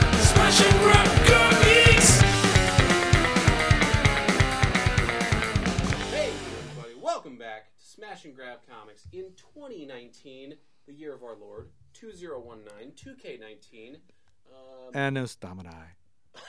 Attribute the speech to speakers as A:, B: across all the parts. A: Russian rock geeks.
B: Hey, everybody, welcome back to Smash and Grab Comics in 2019, the year of our Lord, 2019, 2K19, um,
C: Annus Domini.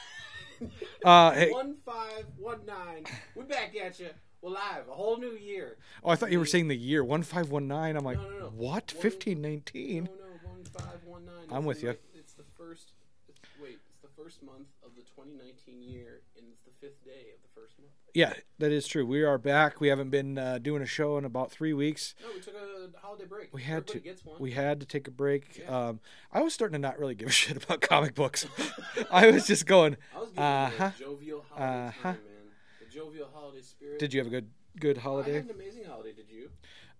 C: Uh, hey,
B: 1519. We're back at you. We're live, a whole new year.
C: oh, I thought you were saying the year one five one nine. I'm like,
B: No, no, no.
C: what?
B: One-
C: Fifteen
B: No,
C: nineteen?
B: Oh, no, 1519.
C: I'm
B: It's
C: with
B: the-
C: ya.
B: It's the first, it's, wait, it's the first month of the 2019 year, and it's the fifth day of the first month.
C: Yeah, that is true. We are back. We haven't been uh, doing a show in about three weeks.
B: No, we took a holiday break.
C: We had
B: Everybody
C: to.
B: Gets one.
C: We had to take a break.
B: Yeah.
C: Um, I was starting to not really give a shit about comic books. I was just going.
B: I was giving
C: Uh-huh.
B: it a jovial holiday
C: Uh-huh.
B: time, man. The jovial holiday spirit.
C: Did you have a good good
B: I
C: holiday?
B: had an amazing holiday. Did you?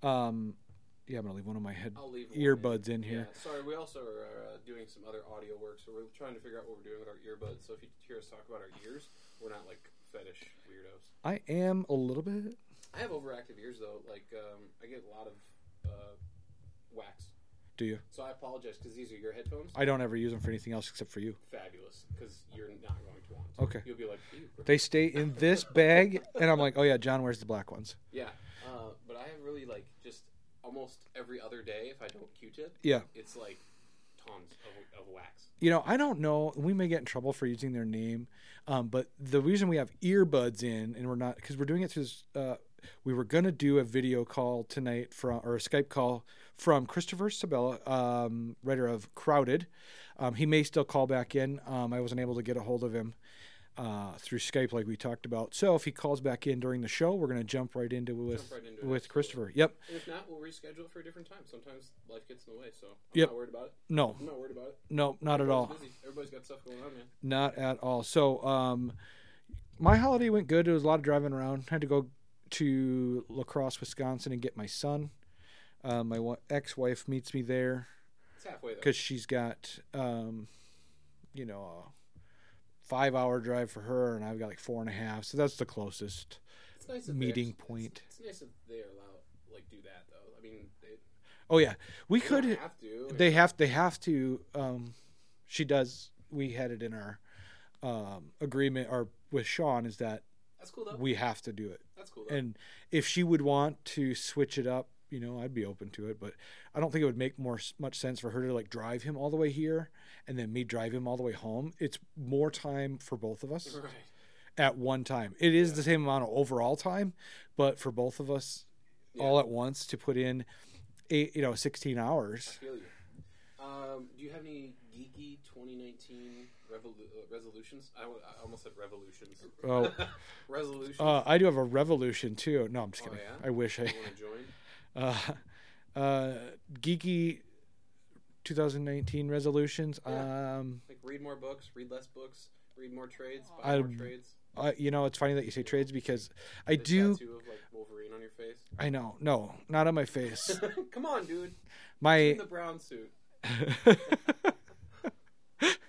C: Um, yeah, I'm gonna leave one of my head
B: I'll leave one
C: earbuds in
B: Yeah.
C: here.
B: Sorry, we also are uh, doing some other audio work, so we're trying to figure out what we're doing with our earbuds. So if you hear us talk about our ears, we're not like fetish weirdos.
C: I am a little bit.
B: I have overactive ears though. Like um, I get a lot of uh, wax,
C: Do you?
B: so I apologize because these are your headphones.
C: I don't ever use them for anything else except for you.
B: Fabulous, because you're not going to want. To.
C: Okay.
B: You'll be like, Ew.
C: They stay in this bag, and I'm like, oh yeah, John wears the black ones.
B: yeah. Uh, but I have really like just almost every other day if I don't Q-tip,
C: Yeah.
B: it's like tons of, of wax.
C: you know, I don't know. We may get in trouble for using their name, um, but the reason we have earbuds in and we're not because we're doing it through. this, Uh, we were gonna do a video call tonight from or a Skype call from Christopher Sabella, um, writer of Crowded. Um, he may still call back in. Um, I wasn't able to get a hold of him uh, through Skype like we talked about. So if he calls back in during the show, we're gonna jump right into with
B: Jump right into it, absolutely.
C: with Christopher. Yep.
B: And if not, we'll reschedule it for a different time. Sometimes life gets in the way, so I'm
C: Yep.
B: not worried about it.
C: No.
B: I'm not worried about it.
C: No. Not at all.
B: Everybody's busy. Everybody's got stuff going on, man.
C: Not at all. So, um, my holiday went good. It was a lot of driving around. had to go to La Crosse, Wisconsin, and get my son. Uh, my wa- ex-wife meets me there
B: It's halfway though.
C: because she's got, um, you know, a five-hour drive for her, and I've got like four and a half. So that's the closest.
B: It's nice that
C: meeting
B: they actually-
C: point.
B: It's, it's nice that they allow like do that though. I mean, they,
C: Oh yeah, we
B: they
C: could.
B: don't have to.
C: They have. They have to. Um, she does. We had it in our um, agreement, or with Sean, is that
B: That's cool though.
C: we have to do it.
B: That's cool though.
C: and if she would want to switch it up you know i'd be open to it but i don't think it would make more much sense for her to like drive him all the way here and then me drive him all the way home it's more time for both of us
B: right.
C: at one time it is the same amount of overall time but for both of us all at once to put in eight you know 16 hours
B: Feel you. Um, do you have any geeky 2019 revolu- uh, resolutions? I, wa- I almost said revolutions.
C: oh
B: resolutions.
C: uh, i do have a revolution too no i'm just
B: Oh,
C: kidding
B: yeah?
C: i wish i
B: you want to join?
C: uh, uh, geeky 2019 resolutions. Um,
B: Like read more books, read less books, read more trades, buy
C: I-
B: more trades.
C: I, Uh, you know, it's funny that you say trades because I
B: The
C: do.
B: tattoo of like Wolverine on your face.
C: I know, no, not on my face.
B: Come on, dude.
C: My
B: In the brown suit.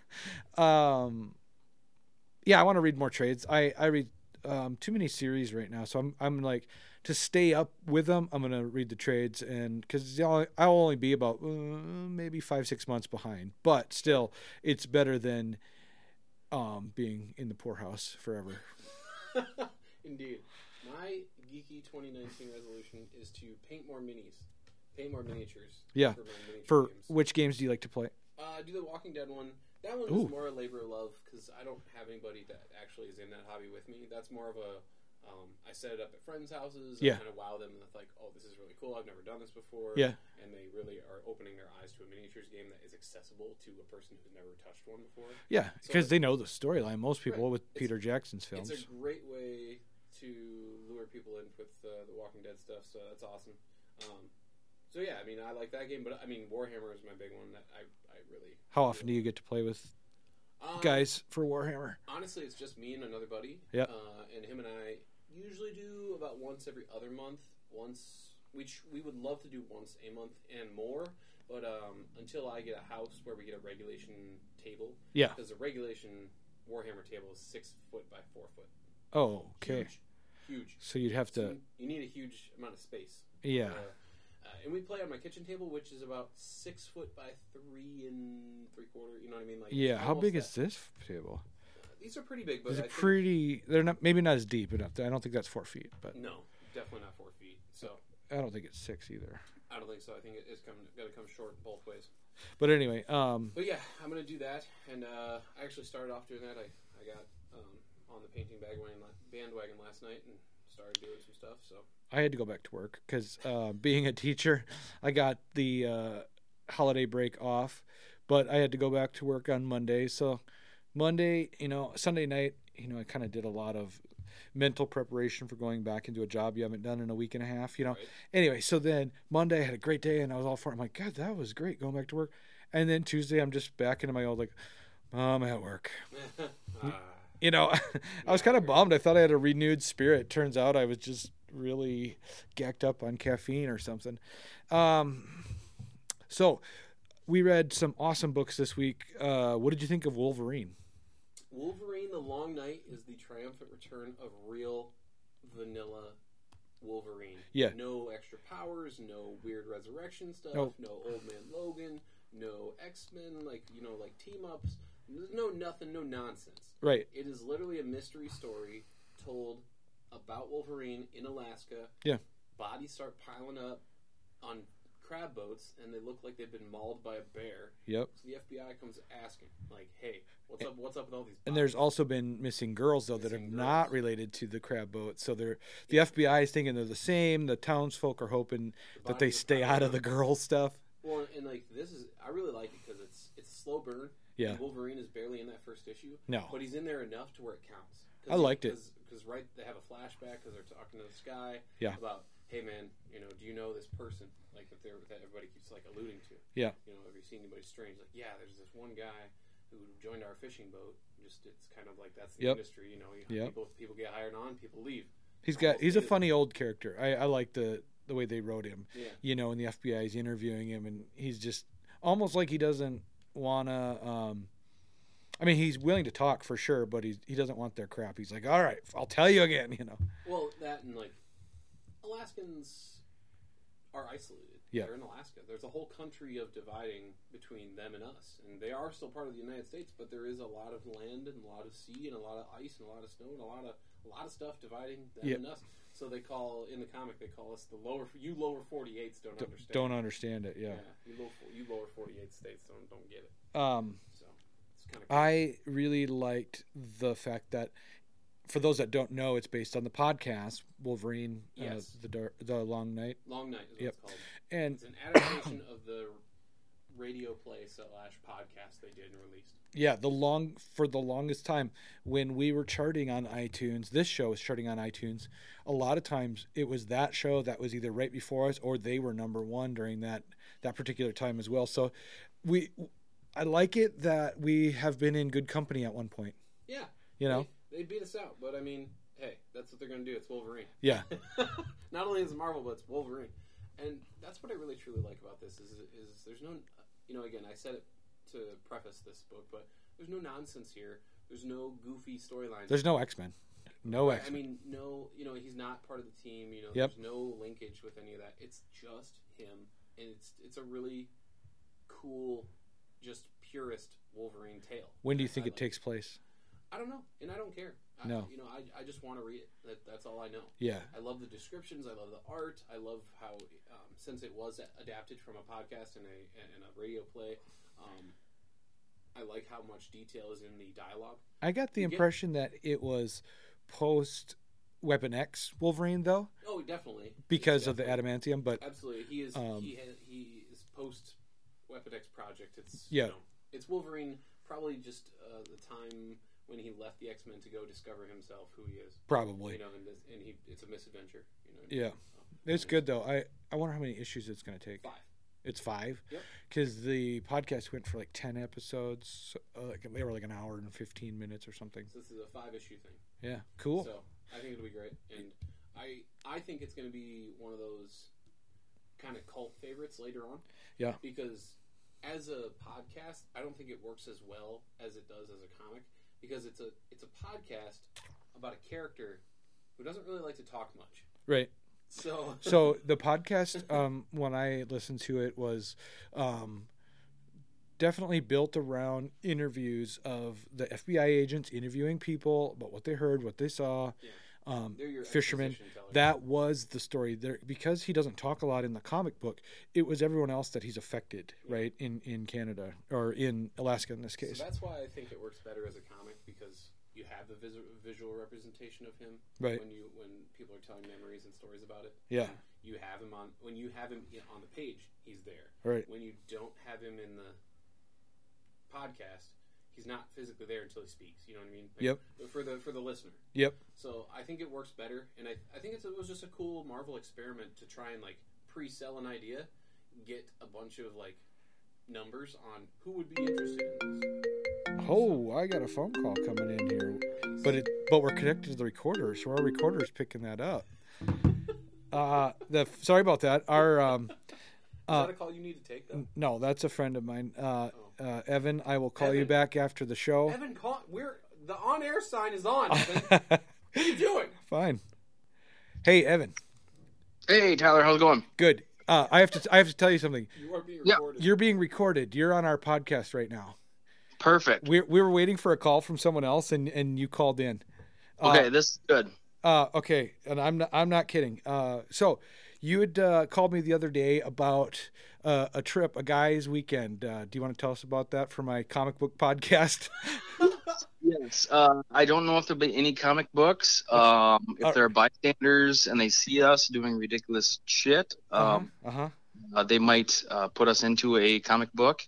C: um, yeah, I want to read more trades. I I read um, too many series right now, so I'm I'm like to stay up with them. I'm gonna read the trades, and because I'll I'll only be about uh, maybe five six months behind, but still, it's better than um being in the poorhouse forever.
B: Indeed. My geeky 2019 resolution is to paint more minis, paint more miniatures.
C: Yeah.
B: For my miniature
C: For
B: games.
C: which games do you like to play?
B: Uh, do the Walking Dead one. That one
C: Ooh.
B: is more a labor of love because I don't have anybody that actually is in that hobby with me. That's more of a um, I set it up at friends' houses.
C: Yeah.
B: I kind of wow them with like, oh, this is really cool. I've never done this before.
C: Yeah.
B: And they really are opening their eyes to a miniatures game that is accessible to a person who's never touched one before.
C: Yeah,
B: So-
C: because they know the storyline. Most people
B: Right.
C: with
B: It's-
C: Peter Jackson's films.
B: It's a great way to lure people in with uh, the Walking Dead stuff, so that's awesome. Um, so yeah, I mean, I like that game, but I mean, Warhammer is my big one that I, I really.
C: How often do you get to play with
B: Um,
C: guys for Warhammer?
B: Honestly, it's just me and another buddy.
C: Yeah.
B: Uh, and him and I usually do about once every other month. Once, which we would love to do once a month and more, but um, until I get a house where we get a regulation table,
C: Yeah.
B: because the regulation Warhammer table is six foot by four foot.
C: Oh, okay.
B: Huge. Huge.
C: So you'd have
B: So
C: to,
B: you- you need a huge amount of space.
C: yeah.
B: Uh, uh, and we play on my kitchen table, which is about six foot by three and three quarter. You know what I mean? Like
C: Yeah, how
B: almost
C: big
B: that-
C: is this table.
B: These are pretty big, but
C: These
B: I
C: are
B: think,
C: pretty. They're not maybe not as deep enough. I don't think that's four feet, but
B: no, definitely not four feet. So
C: I don't think it's six either.
B: I don't think so. I think it- it's come got to come short both ways.
C: But anyway, um,
B: But yeah, I'm gonna do that. And uh, I actually started off doing that. I I got um, on the painting bandwagon la- bandwagon last night and started doing some stuff. So
C: I had to go back to work because uh, being a teacher, I got the uh, holiday break off, but I had to go back to work on Monday. So Monday, you know, Sunday night, you know, I kind of did a lot of mental preparation for going back into a job you haven't done in a week and a half. You know,
B: Right.
C: anyway. So then Monday, I had a great day and I was all for it. I'm like, God, that was great going back to work. And then Tuesday, I'm just back into my old like, Mom, I'm at work. Hmm.
B: Ah.
C: You know, I was kind of bummed. I thought I had a renewed spirit. Turns out I was just really gacked up on caffeine or something. Um, so we read some awesome books this week. Uh, what did you think of Wolverine?
B: Wolverine: The Long Night is the triumphant return of real vanilla Wolverine.
C: Yeah.
B: No extra powers, no weird resurrection stuff,
C: No.
B: no old man Logan, no X Men like you know like team ups, no nothing, no nonsense.
C: Right.
B: It is literally a mystery story told about Wolverine in Alaska.
C: Yeah.
B: Bodies start piling up on crab boats, and they look like they've been mauled by a bear.
C: Yep.
B: So the FBI comes asking, like, "Hey, what's up? What's up with all these?"
C: And
B: bodies?"
C: there's also been missing girls though that are
B: Missing
C: not
B: girls.
C: related to the crab boat. So they're the FBI is thinking they're the same. The townsfolk are hoping that they
B: bodies are
C: stay
B: piled
C: out of
B: up.
C: the girl stuff.
B: Well, and like this is, I really like it because it's it's a slow burn.
C: Yeah.
B: And Wolverine is barely in that first issue.
C: No.
B: but he's in there enough to where it counts.
C: I liked it.
B: because right they have a flashback because they're talking to this guy.
C: Yeah.
B: About hey man, you know, do you know this person like that? They're, that everybody keeps like alluding to.
C: Yeah.
B: You know, have you seen anybody strange? Like yeah, there's this one guy who joined our fishing boat. Just it's kind of like that's the
C: Yep.
B: industry. You know, you,
C: Yep.
B: people people get hired on, people leave.
C: He's got he's a
B: Wolverine.
C: funny old character. I, I like the the way they wrote him.
B: Yeah.
C: you know, and the FBI is interviewing him, and he's just almost like he doesn't wanna. Um, I mean, he's willing to talk for sure, but he he doesn't want their crap. He's like, "All right, I'll tell you again," you know.
B: Well, that and like Alaskans are isolated.
C: Yeah.
B: They're in Alaska. There's a whole country of dividing between them and us. And they are still part of the United States, but there is a lot of land and a lot of sea and a lot of ice and a lot of snow and a lot of a lot of stuff dividing them
C: Yeah.
B: and us. So they call in the comic they call us the lower you lower 48s don't
C: D-
B: understand.
C: don't understand it.
B: yeah.
C: Yeah.
B: You lower you lower 48 states don't don't get it.
C: Um,
B: So it's kind of
C: I really liked the fact that, for those that don't know, it's based on the podcast Wolverine,
B: Yes.
C: uh, the Dar- the Long Night,
B: Long Night is what
C: Yep.
B: it's called.
C: and
B: It's an adaptation of the radio play slash podcast they did and released.
C: Yeah, the long for the longest time when we were charting on iTunes, this show was charting on iTunes. A lot of times it was that show that was either right before us or they were number 1 during that that particular time as well. So we I like it that we have been in good company at one point,
B: Yeah,
C: you know.
B: they, they beat us out, but I mean, hey, that's what they're gonna do. It's Wolverine.
C: Yeah.
B: Not only is it Marvel, but it's Wolverine, and that's what I really truly like about this is is there's no, you know, again, I said it to preface this book, but there's no nonsense here. There's no goofy storylines.
C: There's no X-Men. No
B: Right, I
C: X-Men.
B: mean, no, you know, he's not part of the team. You know,
C: Yep.
B: there's no linkage with any of that. It's just him, and it's it's a really cool, just purist Wolverine tale.
C: When do you
B: I-
C: think
B: I
C: it
B: like
C: takes place?
B: I don't know, and I don't care. I,
C: No.
B: you know, I, I just want to read it. That, that's all I know.
C: Yeah.
B: I love the descriptions. I love the art. I love how, um, since it was adapted from a podcast and a and a radio play, um, I like how much detail is in the dialogue.
C: I got the
B: You get-
C: impression that it was post Weapon X Wolverine though
B: Oh, definitely
C: because of the
B: Definitely.
C: adamantium, but
B: Absolutely, he is.
C: Um,
B: he has, he is post Weapon X project. It's
C: Yeah.
B: you know, it's Wolverine. Probably just uh, the time when he left the X Men to go discover himself, who he is.
C: probably.
B: You know, and, this- and he it's a misadventure. You know.
C: Yeah. It's good though. I I wonder how many issues it's going to take.
B: Five.
C: It's five.
B: Yep.
C: Because the podcast went for like ten episodes. Uh, like they were like an hour and fifteen minutes or something.
B: So this is a five issue thing.
C: Yeah. Cool.
B: So I think it'll be great, and I I think it's going to be one of those kind of cult favorites later on.
C: Yeah.
B: Because as a podcast, I don't think it works as well as it does as a comic because it's a it's a podcast about a character who doesn't really like to talk much.
C: right.
B: So
C: So the podcast, um, when I listened to it, was um, definitely built around interviews of the FBI agents interviewing people about what they heard, what they saw.
B: Yeah.
C: Um,
B: They're your
C: fisherman.
B: exposition tellers.
C: That was the story there because he doesn't talk a lot in the comic book. It was everyone else that he's affected, right in in Canada or in Alaska in this case,
B: So that's why I think it works better as a comic because you have the visu- visual representation of him
C: Right.
B: when you when people are telling memories and stories about it.
C: Yeah.
B: You have him on when you have him in- on the page, he's there.
C: right?
B: When you don't have him in the podcast, he's not physically there until he speaks. You know what I mean?
C: Yep.
B: For the for the listener.
C: Yep.
B: So I think it works better, and I, I think it's, it was just a cool Marvel experiment to try and like pre-sell an idea, get a bunch of like numbers on who would be interested in this.
C: Oh, I got a phone call coming in here,
B: And
C: but it but we're connected to the recorder, so our recorder's picking that up. Uh, the sorry about that. Our um,
B: Is
C: Uh,
B: that a call you need to take though?
C: no, that's a friend of mine, uh,
B: Oh.
C: uh, Evan. I will call you
B: Evan.
C: back after the show.
B: Evan, call, we're the on-air sign is on. Evan. what are you doing?
C: Fine. Hey, Evan.
D: Hey Tyler, how's it going?
C: Good. Uh, I have to I have to tell you something.
B: You are being
D: Yeah.
B: recorded.
C: You're being recorded. You're on our podcast right now.
D: Perfect.
C: We we were waiting for a call from someone else, and and you called in.
D: Okay, this is good.
C: Uh, okay, and I'm not, I'm not kidding. Uh, so you had uh, called me the other day about uh, a trip, a guy's weekend. Uh, do you want to tell us about that for my comic book podcast?
D: Yes. Uh, I don't know if there'll be any comic books. Um, if
C: Uh,
D: there are bystanders and they see us doing ridiculous shit, um,
C: uh huh.
D: uh, they might uh, put us into a comic book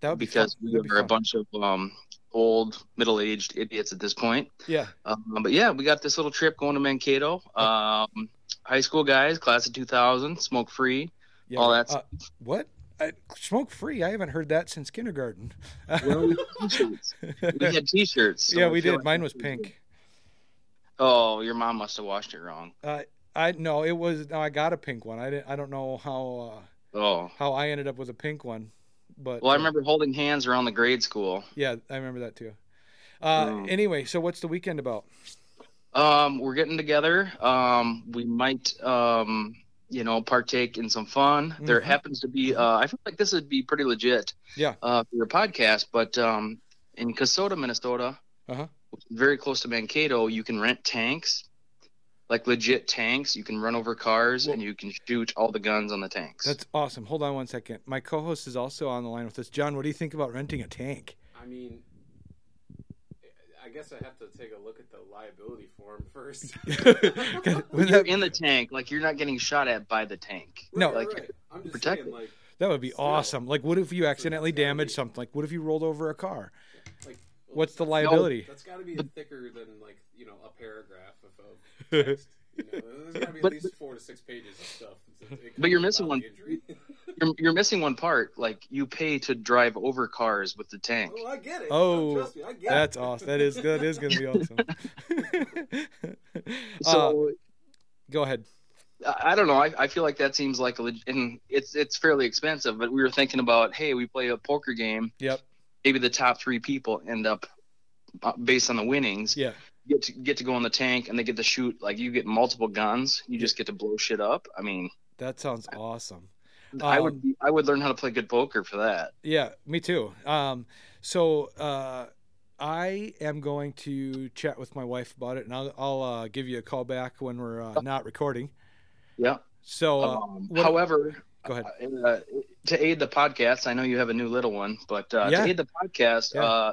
C: That would be fun.
D: because we
C: That'd be
D: are a
C: fun.
D: bunch of um, old, middle-aged idiots at this point.
C: Yeah.
D: Um, but yeah, we got this little trip going to Mankato. Um, high school guys, class of 2000, smoke free.
C: Yeah.
D: all that's-
C: Uh, what? I, smoke free. I haven't heard that since kindergarten.
D: Well, we had t-shirts. We had t-shirts. so
C: yeah,
D: I
C: we
D: feel
C: did.
D: like-
C: Mine was pink.
D: Oh, your mom must have washed it wrong.
C: I no, it was no. I got a pink one. I didn't. I don't know how uh,
D: Oh.
C: how I ended up with a pink one, but
D: Well, I
C: uh,
D: remember holding hands around the grade school.
C: Yeah, I remember that too. Uh,
D: Mm.
C: Anyway, so what's the weekend about?
D: Um, we're getting together. Um, we might, um, you know, partake in some fun. There
C: Mhm.
D: happens to be, uh, I feel like this would be pretty legit.
C: Yeah.
D: Uh, for your podcast, but um, in Casota, Minnesota,
C: Uh-huh.
D: which is very close to Mankato, you can rent tanks, like legit tanks. You can run over cars and you can shoot all the guns on the tanks.
C: That's awesome. Hold on one second. My co-host is also on the line with us. John, what do you think about renting a tank?
B: I mean, I guess I have to take a look at the liability form first.
C: 'Cause
B: Right,
C: would
D: you're
C: that,
D: in the tank, like you're not getting shot at by the tank.
C: No.
D: like
B: right. I'm just
D: protect
B: saying,
D: it.
B: like,
C: that would be
B: Still.
C: awesome. Like, what if you accidentally
B: gotta
C: damaged
B: be-
C: something? Like, what if you rolled over a car?
B: like
C: What's the liability?
B: That's got to be thicker than like you know a paragraph of, of text. You know, there's got to be at
D: But-
B: least four to six pages of stuff. It's- it- it
D: But you're
B: covers
D: missing
B: bodily
D: one.
B: injury.
D: you're, you're missing one part. Like you pay to drive over cars with the tank.
B: oh, I get it.
C: Oh,
B: trust me, I get
C: That's
B: it.
C: awesome. That is that is going to be awesome. Uh,
D: So
C: go ahead. Uh,
D: I I don't know. I, I feel like that seems like a leg- and it's it's fairly expensive. But we were thinking about hey, we play a poker game.
C: Yep.
D: Maybe the top three people end up uh, based on the winnings.
C: Yeah.
D: Get to get to go in the tank and they get to shoot. Like you get multiple guns. You just get to blow shit up. I mean,
C: That sounds awesome.
D: I
C: Um,
D: would be, I would learn how to play good poker for that.
C: Yeah, me too. Um, so uh, I am going to chat with my wife about it, and I'll, I'll uh, give you a call back when we're uh, not recording.
D: Uh-huh. Yeah.
C: So, uh,
D: um,
C: what-
D: however,
C: go ahead.
D: uh, to aid the podcast, I know you have a new little one, but uh,
C: Yeah.
D: to aid the podcast,
C: Yeah.
D: uh,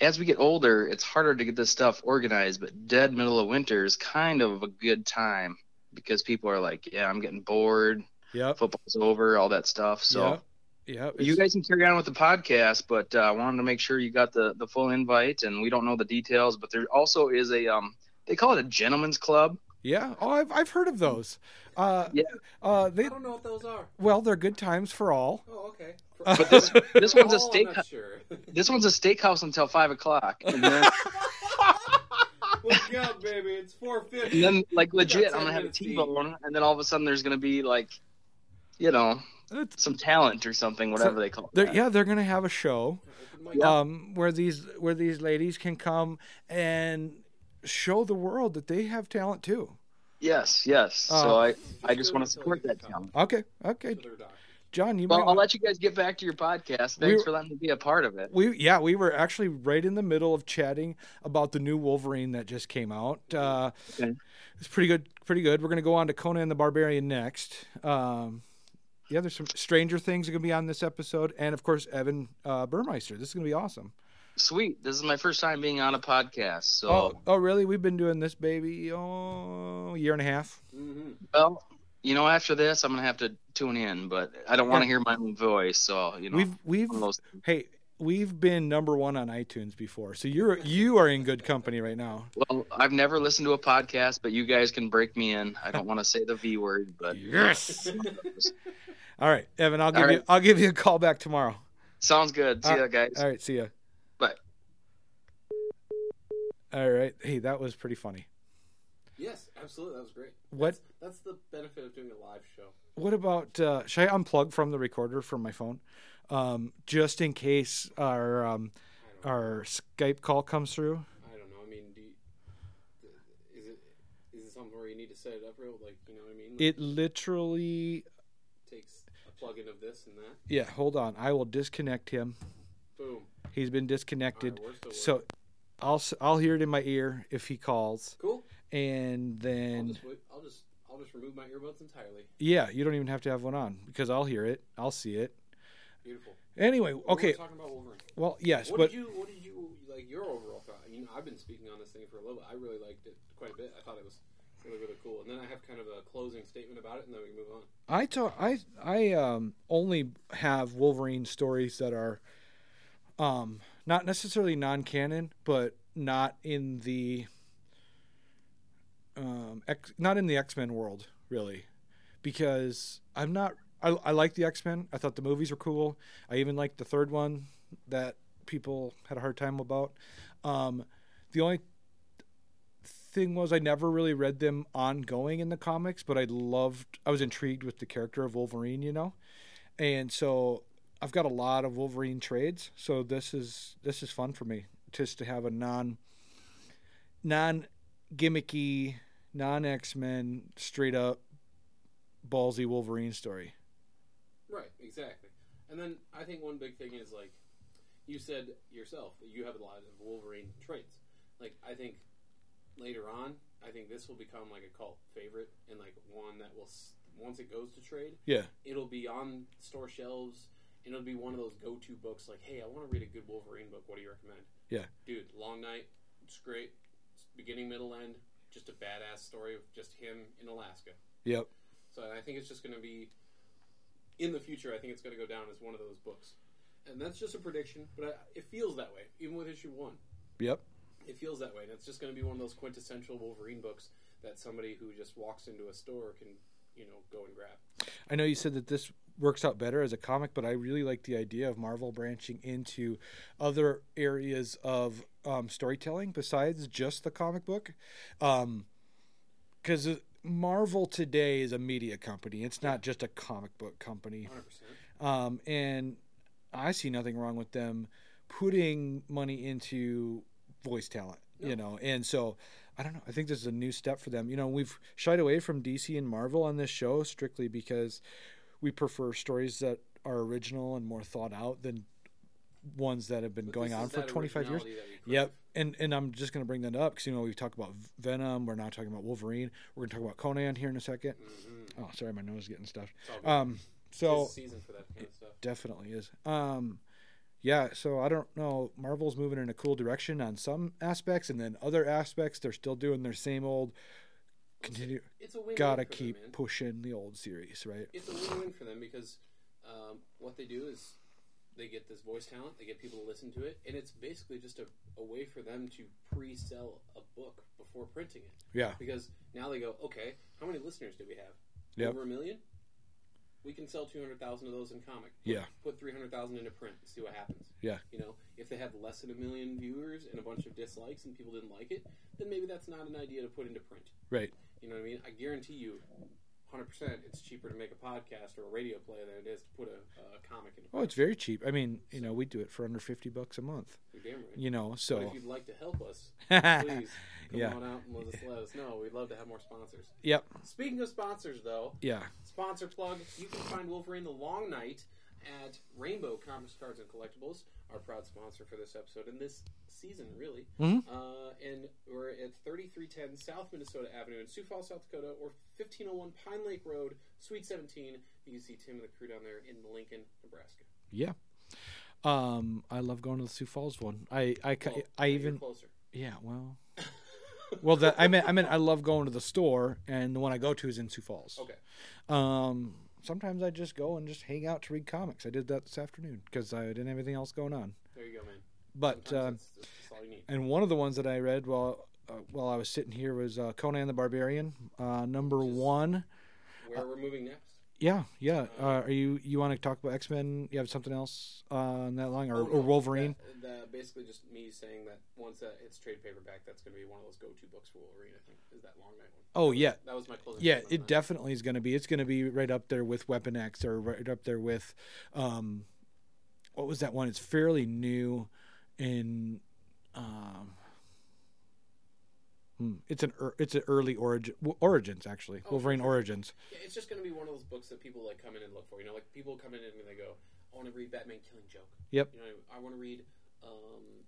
D: as we get older, it's harder to get this stuff organized. But dead middle of winter is kind of a good time because people are like, "Yeah, I'm getting bored.
C: Yep.
D: Football's over. All that stuff." So
C: Yep. yep
D: you
C: it's-
D: guys can carry on with the podcast, but uh, I wanted to make sure you got the the full invite. And we don't know the details, but there also is a um, they call it a gentleman's club.
C: yeah. Oh, I've, I've heard of those. Uh,
D: Yeah.
C: Uh,
B: I
C: they
B: don't know what those are.
C: well, they're good times for all.
B: Oh, okay. For-
C: But this-
D: this one's a
B: Oh, I'm
D: steak-
B: not Sure.
D: This one's a steakhouse until five o'clock. And then-
B: Look out, baby! It's four fifty.
D: And then, like,
B: got
D: legit, I'm
B: 10
D: gonna have a
B: minutes to eat.
D: T-bone, and then all of a sudden, there's gonna be like, you know,
C: It's-
D: some talent or something, whatever they call
C: they're,
D: it.
C: yeah, they're gonna have a show. um, where these where these ladies can come and show the world that they have talent too.
D: Yes, yes.
C: Uh,
D: so I, I just want to support that talent.
C: Okay, okay, John, you
D: Well,
C: might
D: I'll
C: want-
D: let you guys get back to your podcast. Thanks
C: We-
D: for letting me be a part of it.
C: we yeah we were actually right in the middle of chatting about the new Wolverine that just came out. Uh,
D: Okay.
C: It's pretty good, pretty good. We're gonna go on to Conan the Barbarian next. Um, yeah, there's some Stranger Things are gonna be on this episode, and of course Evan uh, Burmeister. This is gonna be awesome.
D: Sweet. This is my first time being on a podcast. So,
C: Oh, oh really? We've been doing this baby oh a year and a half.
B: Mm-hmm.
D: well, you know, after this, I'm going to have to tune in, but I don't want to hear my own voice. So, you know,
C: We've we've
D: almost.
C: hey we've been number one on iTunes before, so you're you are in good company right now.
D: Well, I've never listened to a podcast, but you guys can break me in. I don't want to say the V word, but
C: Yes. All right, Evan. I'll give
D: All
C: you
D: right.
C: I'll give you a call back tomorrow.
D: sounds good. See
C: Uh,
D: ya, guys.
C: All right, see ya.
D: Bye.
C: All right. Hey, that was pretty funny.
B: Yes, absolutely. That was great.
C: What
B: That's, that's the benefit of doing a live show.
C: what about uh should I unplug from the recorder from my phone? Um just in case our um
B: I don't,
C: our Skype call comes through.
B: I don't know. I mean, do you, is it is it something where you need to set it up real? Like, you know what I mean?
C: It literally
B: takes a plug-in of this and that.
C: Yeah, hold on. I will disconnect him.
B: Boom.
C: He's been
B: All
C: disconnected.
B: right, we're still
C: So
B: working.
C: I'll s- I'll hear it in my ear if he calls
B: cool.
C: and
B: I'll
C: then
B: just, wait- I'll just I'll just remove my earbuds entirely.
C: yeah, you don't even have to have one on because I'll hear it. I'll see it.
B: Beautiful.
C: Anyway,
B: We were
C: okay.
B: talking about Wolverine.
C: Well, yes,
B: What
C: but
B: did you What did you like? Your overall thought? You know, I've been speaking on this thing for a little. bit. I really liked it quite a bit. I thought it was really really cool. And then I have kind of a closing statement about it, and then we can move on.
C: I talk, I I um only have Wolverine stories that are um not necessarily non-canon, but not in the um X, not in the X-Men world really because I'm not I, I like the X-Men. I thought the movies were cool. I even liked the third one that people had a hard time about. Um the only thing was I never really read them ongoing in the comics, but I loved I was intrigued with the character of Wolverine, you know. And so I've got a lot of Wolverine trades, so this is this is fun for me just to have a non non gimmicky, non X-Men straight up ballsy Wolverine story.
B: Right. Exactly. And then I think one big thing is like you said yourself that you have a lot of Wolverine traits. Like I think later on, I think this will become like a cult favorite and like one that will s- once it goes to trade,
C: Yeah.
B: it'll be on store shelves and it'll be one of those go-to books like hey i want to read a good wolverine book what do you recommend
C: Yeah.
B: dude long night it's great it's beginning middle end just a badass story of just him in alaska
C: Yep.
B: so i think it's just going to be in the future i think it's going to go down as one of those books and that's just a prediction but I, it feels that way even with issue one
C: Yep.
B: it feels that way and it's just going to be one of those quintessential wolverine books that somebody who just walks into a store can you know go and grab
C: I know you said that this works out better as a comic, but I really like the idea of Marvel branching into other areas of um, storytelling besides just the comic book. Because Marvel today is a media company, it's not just a comic book company.
B: 100%
C: Um, and I see nothing wrong with them putting money into voice talent, you know. And so I don't know. I think this is a new step for them. You know, we've shied away from DC and Marvel on this show strictly because we prefer stories that are original and more thought out than ones that have been
B: But
C: going
B: this
C: on
B: is
C: for
B: that
C: 25 years.
B: originality that we crave.
C: Yep. And and I'm just going to bring that up because you know we talk about Venom. We're not talking about Wolverine. We're going to talk about Conan here in a 2nd Oh, sorry, my nose is getting stuffed.
B: Mm-hmm. It's all good.
C: Um, so
B: There's a season for that kind of stuff.
C: definitely is. Um, yeah, so I don't know. Marvel's moving in a cool direction on some aspects, and then other aspects they're still doing their same old. Continue.
B: It's a win.
C: Gotta
B: for
C: keep
B: Them, man.
C: pushing the old series, right?
B: It's a win-win for them because um, what they do is they get this voice talent, they get people to listen to it, and it's basically just a, a way for them to pre-sell a book before printing it.
C: Yeah,
B: Because now they go, okay, how many listeners do we have?
C: Yep.
B: Over a million. We can sell two hundred thousand of those in comic.
C: Yeah.
B: Put three hundred thousand into print. and See what happens.
C: Yeah.
B: You know, if they have less than a million viewers and a bunch of dislikes and people didn't like it, then maybe that's not an idea to put into print.
C: right.
B: You know what I mean? I guarantee you, hundred percent, it's cheaper to make a podcast or a radio play than it is to put a, a comic in. A
C: Oh, it's very cheap. I mean, you know, we do it for under fifty bucks a month.
B: You're damn right.
C: You know,
B: But
C: so
B: if you'd like to help us,
C: yep,
B: please come
C: Yeah.
B: on out and let us, let us know. We'd love to have more sponsors. Speaking of sponsors, though,
C: yeah.
B: sponsor plug, you can find Wolverine the Long Night at Rainbow Comics Cards and Collectibles, our proud sponsor for this episode and this season, really.
C: Mhm.
B: Uh, and we're at 3310 South Minnesota Avenue in Sioux Falls, South Dakota, or 1501 Pine Lake Road, Suite 17. You can see Tim and the crew down there in Lincoln, Nebraska.
C: Yeah. Um, I love going to the Sioux Falls one. I I, ca-
B: Well,
C: I
B: you're
C: even
B: closer.
C: yeah. Well, well, that I meant I meant I love going to the store, and the one I go to is in Sioux Falls.
B: Okay.
C: Um, sometimes I just go and just hang out to read comics. I did that this afternoon because I didn't have anything else going on.
B: There you go, man.
C: But
B: Sometimes
C: um,
B: that's, that's just all you need.
C: and one of the ones that I read while uh, while I was sitting here was uh, Conan the Barbarian, uh, number
B: Just-
C: one.
B: Where we're moving next.
C: Yeah, yeah. Uh, are you you want to talk about X Men? You have something else uh, on that line, or,
B: Oh, no,
C: or Wolverine?
B: That, that uh, basically just me saying that once that it's trade paperback, that's going to be one of those go-to books for Wolverine. I think is that long night one.
C: Oh yeah,
B: That was my closing.
C: yeah.
B: comment on
C: It
B: that.
C: definitely is going to be. It's going to be right up there with Weapon X, or right up there with, um, what was that one? It's fairly new, in, um. hmm, It's an ear- it's an early origin origins actually
B: for
C: Wolverine
B: sure.
C: origins
B: Yeah, it's just going to be one of those books that people like come in and look for. You know, like people come in and they go, "I want to read Batman Killing Joke."
C: Yep.
B: You know, I want to read um,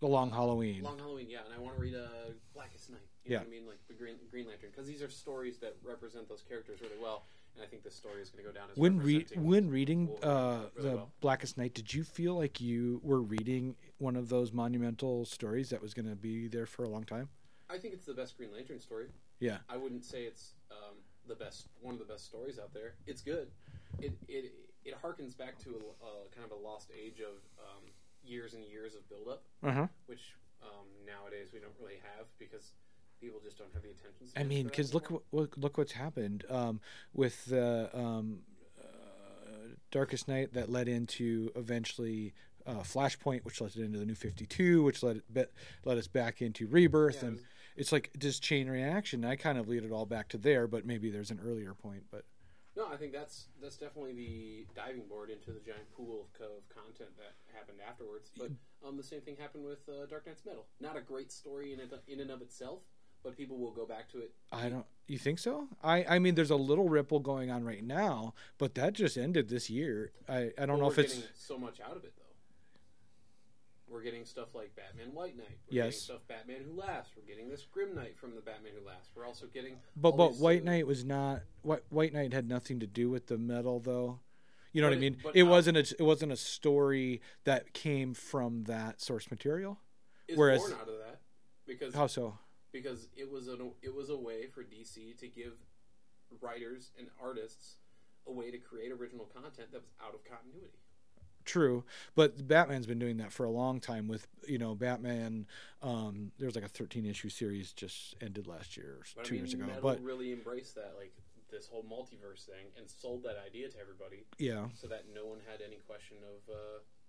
C: the Long Halloween
B: Long Halloween, yeah, and I want to read uh, Blackest Night. You
C: Yeah.
B: know what I mean, like the Green Green Lantern, because these are stories that represent those characters really well, and I think this story is going to go down as
C: when re-
B: representing-
C: when reading
B: Wolverine
C: uh,
B: really
C: the
B: well.
C: Blackest Night, did you feel like you were reading one of those monumental stories that was going to be there for a long time?
B: I think it's the best Green Lantern story.
C: Yeah.
B: I wouldn't say it's um, the best, one of the best stories out there. It's good. It it it harkens back to a, a kind of a lost age of um, years and years of buildup,
C: Uh huh.
B: which um, nowadays we don't really have because people just don't have the attention.
C: I
B: span
C: mean,
B: for that
C: because look
B: anymore.
C: what look, look what's happened um, with the um, uh, Darkest Night that led into eventually. Uh, Flashpoint, which led into the New Fifty Two, which led it bet, led us back into Rebirth,
B: Yeah, it
C: and
B: was-
C: it's like this chain reaction. I kind of lead it all back to there, but maybe there's an earlier point. But
B: No, I think that's that's definitely the diving board into the giant pool of, co- of content that happened afterwards. But um, the same thing happened with uh, Dark Knight's Metal. Not a great story in, it, in and of itself, but people will go back to it.
C: I don't. You think so? I I mean, there's a little ripple going on right now, but that just ended this year. I I don't know
B: But
C: if
B: we're
C: it's
B: getting so much out of it though. We're getting stuff like Batman White Knight. We're
C: Yes.
B: getting stuff Batman Who Laughs. We're getting this Grim Knight from the Batman Who Laughs. We're also getting
C: but
B: all
C: but
B: these,
C: White
B: uh,
C: Knight was not White White Knight had nothing to do with the metal though. You know
B: But
C: what I
B: it-
C: mean?
B: but
C: It
B: how-
C: wasn't a it wasn't a story that came from that source material.
B: is
C: whereas-
B: born out of that because
C: How so?
B: because it was an it was a way for DC to give writers and artists a way to create original content that was out of continuity.
C: True, but Batman's been doing that for a long time. With you know, Batman, um, there was like a 13 issue series just ended last year, or
B: But I
C: two
B: mean,
C: years ago.
B: Metal
C: But
B: really embraced that, like this whole multiverse thing, and sold that idea to everybody,
C: yeah,
B: so that no one had any question of uh,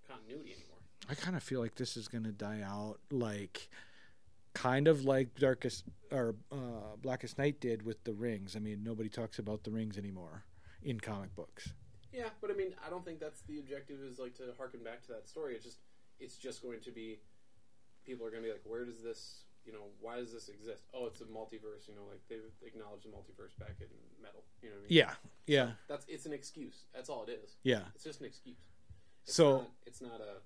B: continuity anymore.
C: I kind of feel like this is gonna die out, like kind of like Darkest or uh, Blackest Night did with the rings. I mean, nobody talks about the rings anymore in comic books.
B: Yeah, but I mean, I don't think that's the objective. Is like to harken back to that story. It's just, it's just going to be, people are going to be like, where does this, you know, why does this exist? Oh, it's a multiverse. You know, like they've acknowledged the multiverse back in metal. You know what I mean?
C: Yeah, yeah,
B: That's it's an excuse. That's all it is.
C: yeah.
B: It's just an excuse. It's
C: So-
B: not, it's not a.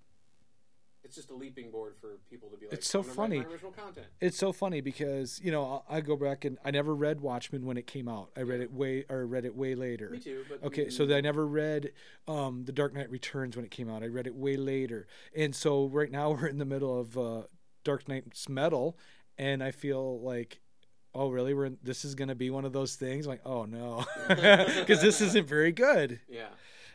B: It's just a leaping board for people to be like.
C: It's so
B: "I'm gonna write my
C: funny.
B: original content.
C: It's so funny because you know I, I go back and I never read Watchmen when it came out. I read it way or read it way later.
B: Me too. But
C: Okay, so I never read um, The Dark Knight Returns when it came out. I read it way later. And so right now we're in the middle of uh, Dark Knight's Metal, and I feel like, oh, really? We're in, this is going to be one of those things? like, oh, no. Because this isn't very good.
B: yeah,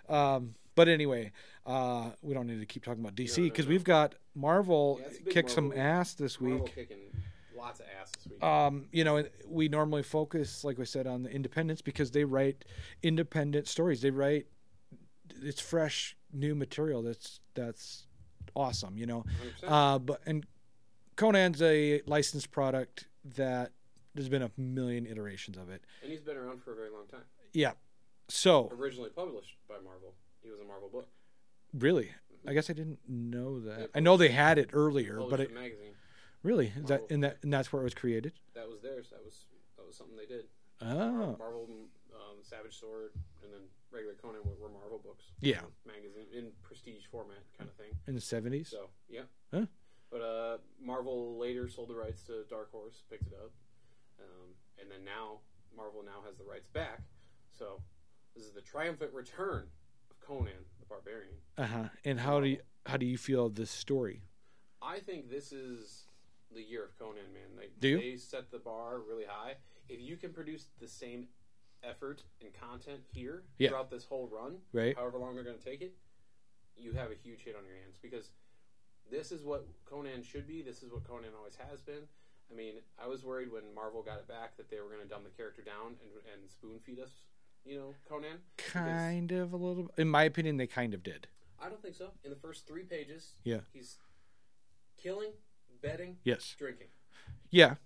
C: Um, but anyway, uh, we don't need to keep talking about DC
B: No, no,
C: because
B: no.
C: we've got Marvel
B: Yeah, it's a big
C: kick some
B: Marvel week.
C: ass this week.
B: Marvel kicking lots of ass this week.
C: Um, you know, we normally focus, like we said, on the independents because they write independent stories. They write it's fresh, new material. That's that's awesome. You know,
B: 100%.
C: uh, but and Conan's a licensed product that there's been a million iterations of it.
B: and he's been around for a very long time.
C: yeah. So
B: Originally published by Marvel. It was a Marvel book.
C: really, I guess I didn't know that. I know they had it earlier,
B: Published
C: but
B: in
C: it
B: a magazine.
C: really is that
B: Marvel.
C: and that and that's where it was created.
B: That was theirs. That was that was something they did.
C: Oh,
B: Marvel, um, Savage Sword, and then regular Conan were, were Marvel books.
C: Yeah.
B: magazine in prestige format kind of thing.
C: in the seventies.
B: So yeah.
C: Huh.
B: But uh, Marvel later sold the rights to Dark Horse, picked it up, um, and then now Marvel now has the rights back. So this is the triumphant return of Conan the Barbarian.
C: Uh huh. And how do you how do you feel of this story?
B: I think this is the year of Conan, man. Like
C: Do you?
B: they set the bar really high. If you can produce the same effort and content here
C: Yeah.
B: throughout this whole run,
C: Right.
B: however long they're going to take it, you have a huge hit on your hands because this is what Conan should be. This is what Conan always has been. I mean, I was worried when Marvel got it back that they were going to dumb the character down and, and spoon feed us, you know, Conan. because-
C: Kind of a little. In my opinion, they kind of did.
B: I don't think so. In the first three pages,
C: Yeah.
B: he's killing, betting,
C: Yes.
B: drinking.
C: Yeah.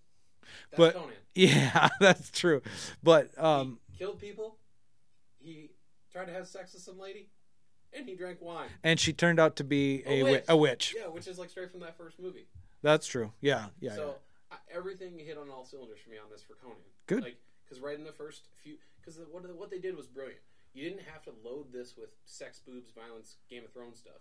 B: That's
C: But-
B: Conan.
C: Yeah, that's true. But um,
B: he killed people. He tried to have sex with some lady, and he drank wine.
C: and she turned out to be a
B: A
C: a witch.
B: witch.
C: A witch.
B: Yeah, which is like straight from that first movie.
C: That's true. Yeah, yeah.
B: so I, everything hit on all cylinders for me on this for Conan.
C: Good.
B: Like because right in the first few, because what what they did was brilliant. You didn't have to load this with sex, boobs, violence, Game of Thrones stuff.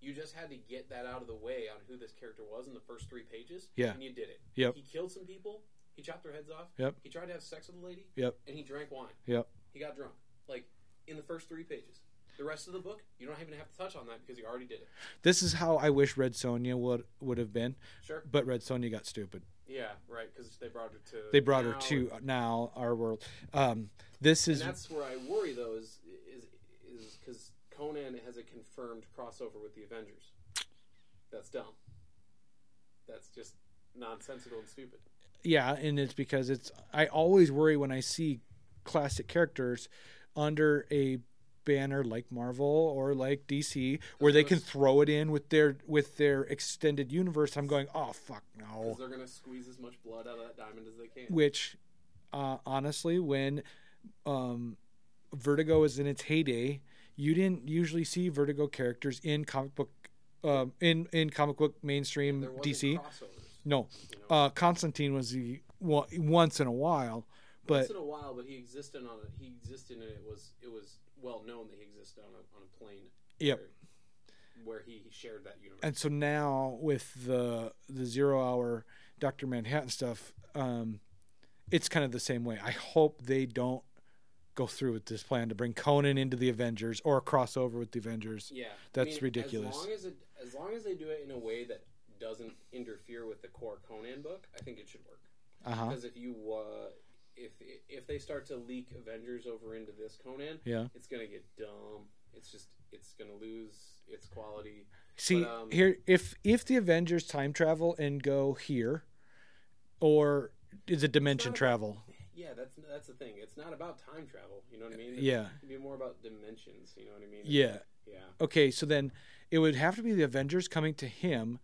B: You just had to get that out of the way on who this character was in the first three pages.
C: Yeah.
B: And you did it.
C: Yep.
B: He killed some people. He chopped their heads off.
C: Yep.
B: He tried to have sex with a lady.
C: Yep.
B: And he drank wine.
C: Yep.
B: He got drunk. Like in the first three pages. The rest of the book, you don't even have to touch on that because you already did it.
C: This is how I wish Red Sonja would would have been,
B: Sure.
C: but Red Sonja got stupid.
B: Yeah. Right. Because they brought her to.
C: They brought her
B: now,
C: to now our world. Um, this
B: And
C: is
B: that's where I worry though is is is because Conan has a confirmed crossover with the Avengers. That's dumb. That's just nonsensical and stupid.
C: yeah, and it's because it's. I always worry when I see classic characters under a banner like Marvel or like DC, where they can throw it in with their with their extended universe. I'm going, oh fuck no.
B: Because they're gonna squeeze as much blood out of that diamond as they can.
C: which uh, honestly when um, vertigo is in its heyday you didn't usually see vertigo characters in comic book um, in in comic book mainstream
B: There wasn't
C: dc
B: crossovers.
C: no uh, constantine was the wa- once in a while but
B: Once in a while, but he existed on it. He existed, and it was it was well known that he existed on a, on a plane
C: yep
B: where he, he shared that universe.
C: and so now with the the zero hour Doctor Manhattan stuff, um, it's kind of the same way. I hope they don't go through with this plan to bring Conan into the Avengers or cross over with the Avengers.
B: yeah,
C: that's ridiculous.
B: As long as it, as long as they do it in a way that doesn't interfere with the core Conan book, I think it should work.
C: Uh huh.
B: Because if you uh, if if they start to leak Avengers over into this Conan,
C: Yeah.
B: it's gonna get dumb. It's just it's gonna lose its quality.
C: See
B: But, um,
C: here, if if the Avengers time travel and go here, or is it dimension
B: It's not
C: travel?
B: Yeah, that's that's the thing. It's not about time travel. You know what I mean?
C: Yeah.
B: it'd be more about dimensions. You know what I mean?
C: Yeah.
B: yeah.
C: Okay, so then it would have to be the Avengers coming to him,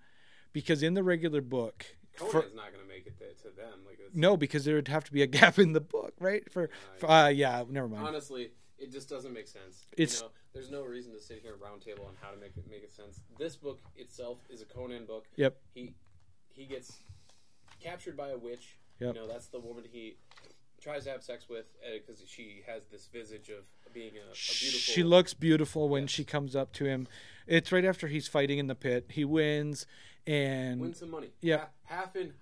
C: because in the regular book,
B: Conan's
C: for,
B: not gonna make it to, to them. Like it's,
C: No, because there would have to be a gap in the book, right? For, for uh, yeah, never mind.
B: honestly, it just doesn't make sense.
C: It's-
B: you know, there's no reason to sit here and roundtable on how to make it make it sense. This book itself is a Conan book.
C: Yep.
B: He he gets captured by a witch.
C: Yep.
B: You know, that's the woman he tries to have sex with because she has this visage of being a, a beautiful.
C: She looks beautiful when she comes up to him. It's right after he's fighting in the pit. He wins, and
B: win some money.
C: Yeah.
B: Ha- half in.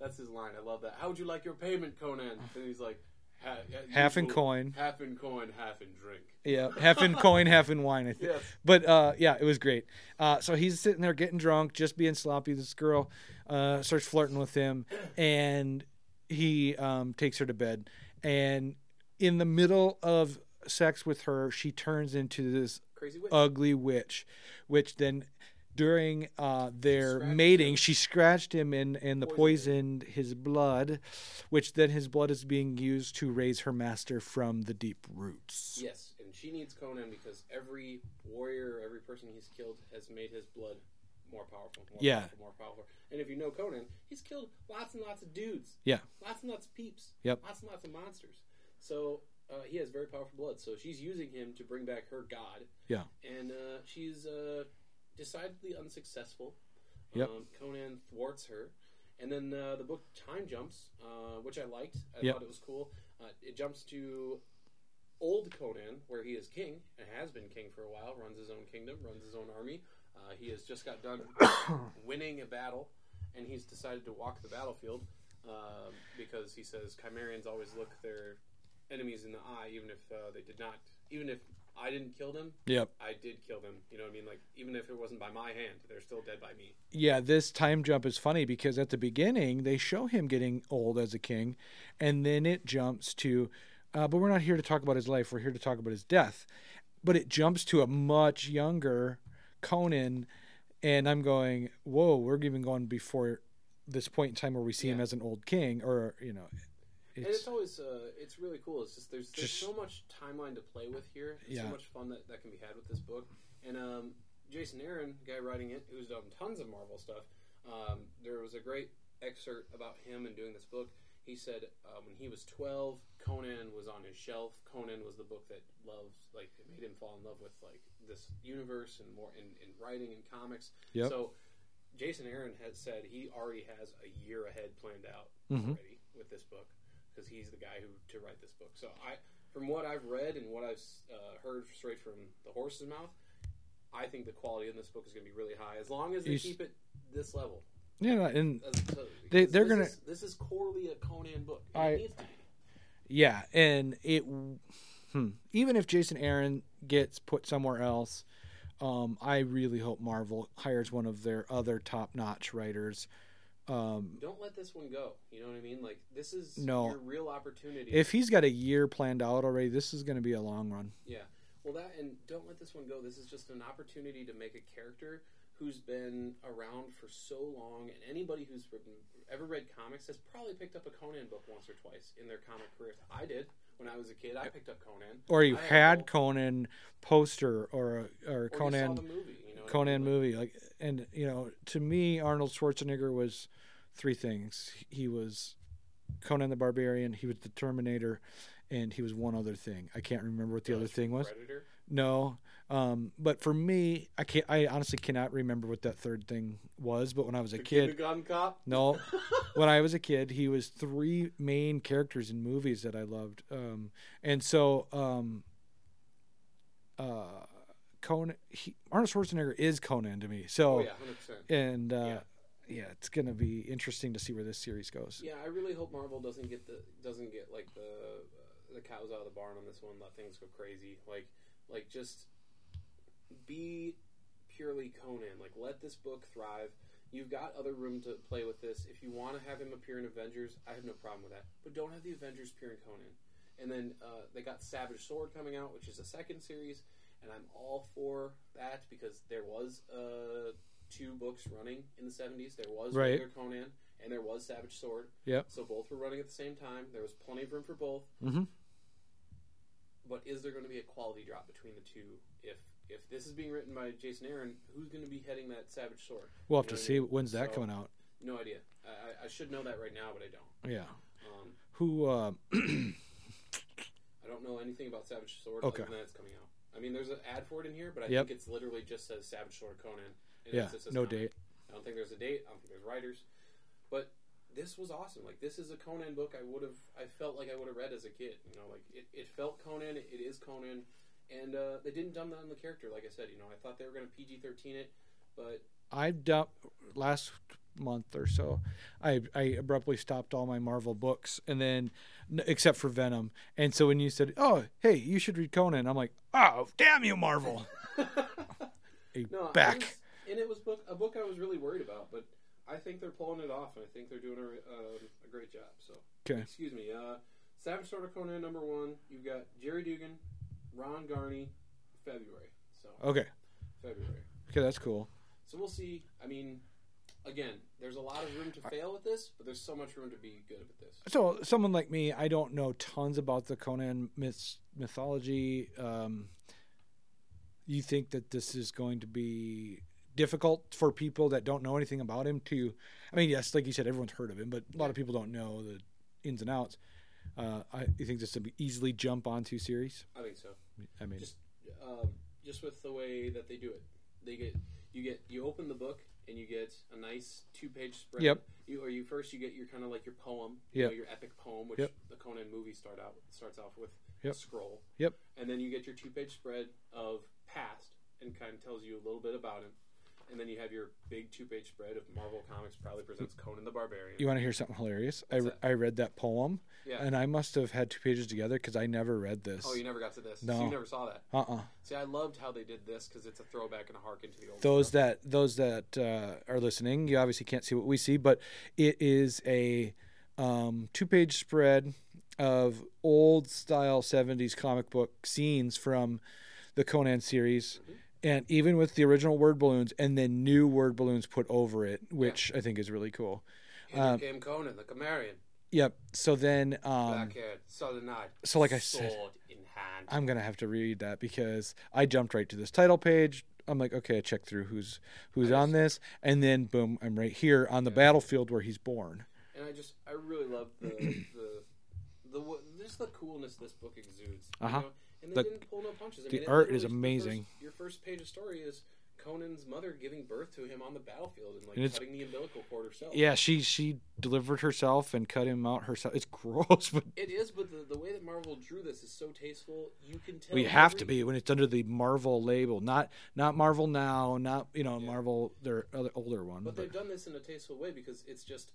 B: that's his line. I love that. How would you like your payment, Conan? And he's like. "Ha- yeah,
C: Half in
B: usual-
C: coin."
B: half in coin, half in drink.
C: yeah, half in coin, half in wine. I think.
B: Yes.
C: But uh, yeah, it was great. Uh, so he's sitting there getting drunk, just being sloppy. This girl uh, starts flirting with him, and he um, takes her to bed. And in the middle of sex with her, she turns into this
B: Crazy witch.
C: ugly witch, which then during uh, their
B: Scratched
C: mating,
B: him.
C: she scratched him and, and the poisoned his blood, which then his blood is being used to raise her master from the deep roots.
B: Yes, and she needs Conan because every warrior, every person he's killed, has made his blood more powerful. More
C: Yeah.
B: Powerful, more powerful. And if you know Conan, he's killed lots and lots of dudes,
C: Yeah.
B: lots and lots of peeps,
C: Yep.
B: lots and lots of monsters. So uh, he has very powerful blood, so she's using him to bring back her god.
C: Yeah.
B: And uh, she's uh, decidedly unsuccessful.
C: Yep.
B: Um, Conan thwarts her. And then uh, the book Time Jumps, uh, which I liked. I
C: Yep.
B: thought it was cool. Uh, it jumps to old Conan, where he is king and has been king for a while, runs his own kingdom, runs his own army. Uh, he has just got done winning a battle, and he's decided to walk the battlefield um because he says Chimerians always look their enemies in the eye, even if uh, they did not, even if I didn't kill them,
C: Yep.
B: I did kill them. You know what I mean? Like even if it wasn't by my hand, they're still dead by me.
C: yeah, this time jump is funny because at the beginning they show him getting old as a king, and then it jumps to, uh, but we're not here to talk about his life. We're here to talk about his death. But it jumps to a much younger Conan, and I'm going, whoa, we're even going before this point in time where we see him
B: Yeah.
C: as an old king, or you know,
B: and
C: it's,
B: it's always uh, it's really cool. It's just there's, there's
C: Just-
B: so much timeline to play with here. There's
C: Yeah.
B: So much fun that, that can be had with this book. And um, Jason Aaron, the guy writing it, who's done tons of Marvel stuff. Um, there was a great excerpt about him and doing this book. He said uh, when he was 12, Conan was on his shelf. Conan was the book that loves like it made him fall in love with like this universe and more in, in writing and comics.
C: Yep.
B: So Jason Aaron had said he already has a year ahead planned out
C: Mhm.
B: already with this book because he's the guy who to write this book. So I, from what I've read and what I've uh, heard straight from the horse's mouth, I think the quality in this book is going to be really high as long as they
C: You s-
B: keep it this level.
C: you know, and
B: As, so,
C: They-
B: because
C: they're
B: this
C: gonna-
B: is- This is corely a Conan book. and
C: I-
B: it needs to be.
C: Yeah, and it hmm, even if Jason Aaron gets put somewhere else, um, I really hope Marvel hires one of their other top-notch writers. Um,
B: Don't let this one go. You know what I mean? Like this is
C: No.
B: your real opportunity.
C: if he's got a year planned out already, this is going to be a long run.
B: Yeah. Well, that and don't let this one go. This is just an opportunity to make a character who's been around for so long, and anybody who's written, ever read comics has probably picked up a Conan book once or twice in their comic careers. I did when I was a kid. I picked up Conan,
C: Or you
B: I
C: had
B: will-
C: Conan poster or a, or a
B: or
C: Conan
B: you saw the movie. You know what I
C: Conan
B: mean?
C: movie. Like, and you know, to me, Arnold Schwarzenegger was three things. He was Conan the Barbarian. He was the Terminator, and he was one other thing. I can't remember what the other
B: Jaws,
C: thing was.
B: Predator.
C: No, um, but for me, I can't. I honestly cannot remember what that third thing was. But when I was a
B: The
C: kid,
B: Gun Cop.
C: no, when I was a kid, he was three main characters in movies that I loved, um, and so um, uh, Conan, he, Arnold Schwarzenegger is Conan to me. So,
B: Oh yeah, hundred percent.
C: and uh, yeah.
B: Yeah.
C: it's gonna be interesting to see where this series goes.
B: Yeah, I really hope Marvel doesn't get the doesn't get like the uh, the cows out of the barn on this one. Let things go crazy. Like like just be purely Conan. Like let this book thrive. You've got other room to play with this. If you want to have him appear in Avengers, I have no problem with that. But don't have the Avengers appear in Conan. And then uh, they got Savage Sword coming out, which is a second series, and I'm all for that because there was uh, two books running in the 70s. There was
C: Right.
B: regular Conan, and there was Savage Sword.
C: Yep.
B: So both were running at the same time. There was plenty of room for both.
C: Mhm.
B: But is there going to be a quality drop between the two? If if this is being written by Jason Aaron, who's going to be heading that Savage Sword?
C: We'll have
B: You know
C: to
B: what I
C: see
B: mean?
C: when's that
B: So-
C: coming out.
B: No idea. I, I- I should know that right now, but I don't.
C: Yeah,
B: Um,
C: who? Uh,
B: I don't know anything about Savage Sword
C: Okay.
B: other than it's coming out. I mean, there's an ad for it in here, but I
C: Yep.
B: think it's literally just says Savage Sword Conan. and
C: yeah,
B: it's- it says
C: no
B: Conan.
C: date.
B: I don't think there's a date. I don't think there's writers. But this was awesome. Like this is a Conan book I would have I felt like I would have read as a kid. You know, like it, it felt Conan, it is Conan. And uh, they didn't dumb down the character, like I said, you know, I thought they were gonna PG thirteen it, but
C: I dumped last month or so. I I abruptly stopped all my Marvel books, and then n- except for Venom. And so when you said, "Oh, hey, you should read Conan," I'm like, "Oh, damn you, Marvel!" You
B: no I
C: back.
B: was- and it was book a book I was really worried about, but I think they're pulling it off and I think they're doing a, re- um, a great job. So
C: 'Kay.
B: excuse me. Uh, Savage Sword of Conan number one, you've got Jerry Dugan, Ron Garney, February. So
C: Okay,
B: February.
C: okay, that's cool.
B: So we'll see. I mean, again, there's a lot of room to fail with this, but there's so much room to be good with this.
C: So someone like me, I don't know tons about the Conan myths, mythology. Um, you think that this is going to be difficult for people that don't know anything about him to? I mean, yes, like you said, everyone's heard of him, but a lot of people don't know the ins and outs. Uh, I you think this would easily jump onto series?
B: I think so.
C: I mean,
B: Just um, just with the way that they do it, they get you get you open the book and you get a nice two page spread.
C: Yep.
B: You or you first you get your kind of like your poem, you
C: Yep.
B: know, your epic poem, which
C: Yep.
B: the Conan movie start out starts off with
C: Yep.
B: a scroll.
C: Yep.
B: And then you get your two page spread of past and kind of tells you a little bit about him. And then you have your big two page spread of Marvel Comics proudly presents Conan the Barbarian.
C: you want to hear something hilarious? I,
B: What's
C: I read that poem,
B: Yeah.
C: and I must have had two pages together because I never read this.
B: Oh, you never got to this.
C: No.
B: So you never saw that.
C: uh uh
B: See, I loved how they did this because it's a throwback and a hark into the old.
C: Those that those that uh, are listening, you obviously can't see what we see, but it is a um, two-page spread of old style '70s comic book scenes from the Conan series, and even with the original word balloons and then new word balloons put over it, which I think is really cool.
B: And
C: uh,
B: here came Conan the Chimerian,
C: Yep. So then, um,
B: black haired, southern eyed.
C: so like I said-
B: sword in hand.
C: I'm gonna have to read that because I jumped right to this title page. I'm like, okay, I check through who's who's on this, and then boom, I'm right here on the battlefield where he's born.
B: and I just, I really love the, the, the, wa- just the coolness this book exudes. you
C: Uh-huh.
B: know? And they
C: The-
B: didn't pull no punches. I
C: the
B: mean, it
C: art is
B: literally- the
C: amazing.
B: first- your first page of story is Conan's mother giving birth to him on the battlefield and like
C: And it's-
B: cutting the umbilical cord herself.
C: Yeah, she she delivered herself and cut him out herself. It's gross, but
B: It is, but the, the way that Marvel drew this is so tasteful. You can tell.
C: we have to
B: every-
C: be when it's under the Marvel label, not not Marvel now, not you know Marvel their other older one.
B: But
C: But
B: they've done this in a tasteful way because it's just